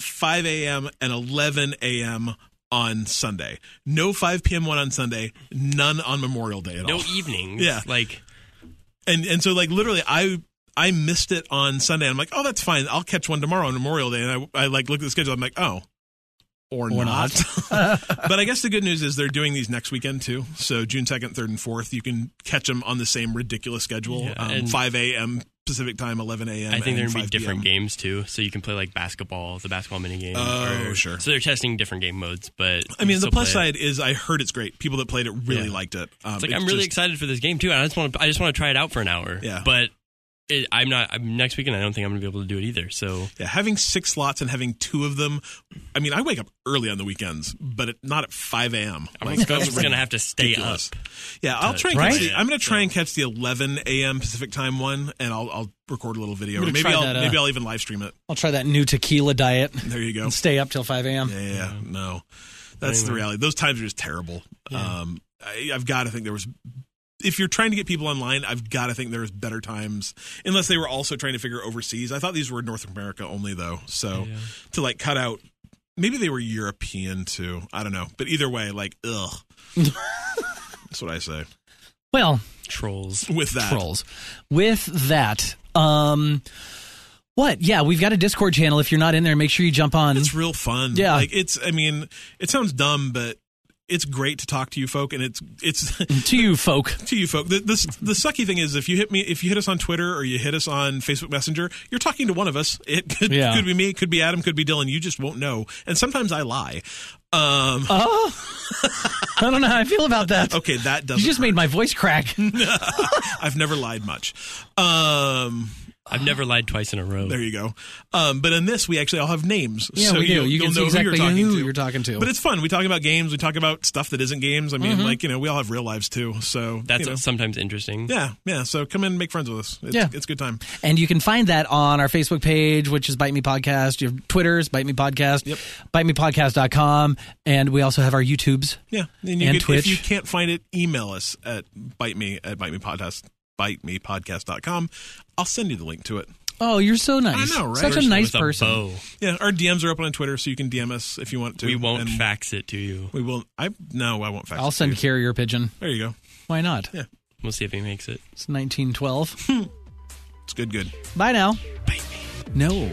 five a.m. and eleven a.m. on Sunday. No five p.m. one on Sunday, none on Memorial Day at all No evenings. Yeah. Like and and so like literally i i missed it on sunday i'm like oh that's fine i'll catch one tomorrow on memorial day and i, I like look at the schedule i'm like oh or, not, [laughs] but i guess the good news is they're doing these next weekend too so june 2nd 3rd and 4th you can catch them on the same ridiculous schedule Yeah, um, and- 5 a.m pacific time 11 a.m I think there and gonna be 5 different p.m.. games too, so you can play like basketball, the basketball mini game. Oh, sure. So they're testing different game modes, but i you mean can the still plus play it. side is i heard it's great people that played it really Yeah. liked it um, It's like I'm really excited for this game too, and I just want to I just want to try it out for an hour. Yeah. But it, I'm not. I'm, next weekend, I don't think I'm going to be able to do it either. So Yeah, having six slots and having two of them. I mean, I wake up early on the weekends, but it, not at 5 a.m. I'm Like, just that's going to have to stay ridiculous. up. Yeah, I'll to try. And try catch the, it, I'm going to try so. and catch the 11 a.m. Pacific time one, and I'll, I'll record a little video, I'm or gonna maybe try I'll that, uh, maybe I'll even live stream it. [laughs] I'll try that new tequila diet There you go. and stay up till 5 a.m. Yeah, yeah, yeah. no, that's the Anyway. reality. Those times are just terrible. Um, I, I've got to think there was. If you're trying to get people online, I've got to think there was better times, unless they were also trying to figure overseas. I thought these were North America only, though. So Yeah. to like cut out, maybe they were European too. I don't know, but either way, like ugh. [laughs] That's what I say. Well, [laughs] Trolls. With that, trolls. With that, um, what? Yeah, we've got a Discord channel. If you're not in there, make sure you jump on. It's real fun. Yeah. like it's. I mean, it sounds dumb, but it's great to talk to you folk, and it's it's [laughs] to you, folk. to you folk. The, the the sucky thing is if you hit me, if you hit us on Twitter or you hit us on Facebook Messenger, you're talking to one of us. It could, Yeah. could be me, it could be Adam, could be Dylan. You just won't know. And sometimes I lie. Um, Oh, I don't know how I feel about that. okay, that doesn't. You just hurt. made my voice crack. I've never lied much. Um, I've never lied twice in a row. There you go. Um, but in this, we actually all have names. Yeah, so we do. You'll, You will can see know exactly who you're talking who to. you're talking to. But it's fun. We talk about games. We talk about stuff that isn't games. I mean, like you know, we all have real lives too. So That's you know. sometimes interesting. yeah, yeah. So come in, and make friends with us. It's, Yeah. it's a good time. And you can find that on our Facebook page, which is Bite Me Podcast. Your Twitter's Bite Me Podcast, Yep. bitemepodcast.com. And we also have our YouTubes. Yeah, and you And could- Twitch. If you can't find it, email us at bite me at bite me podcast bite me podcast.com. I'll send you the link to it. Oh, you're so nice. I know, right? Such a Person nice With a person. bow. Yeah, our DMs are open on Twitter, so you can DM us if you want to. We won't And fax it to you. we will. I no, I won't fax. I'll it to send you. carrier pigeon. There you go. Why not? Yeah. We'll see if he makes it. It's 1912. It's good. Good. Bye now. Bite me. No.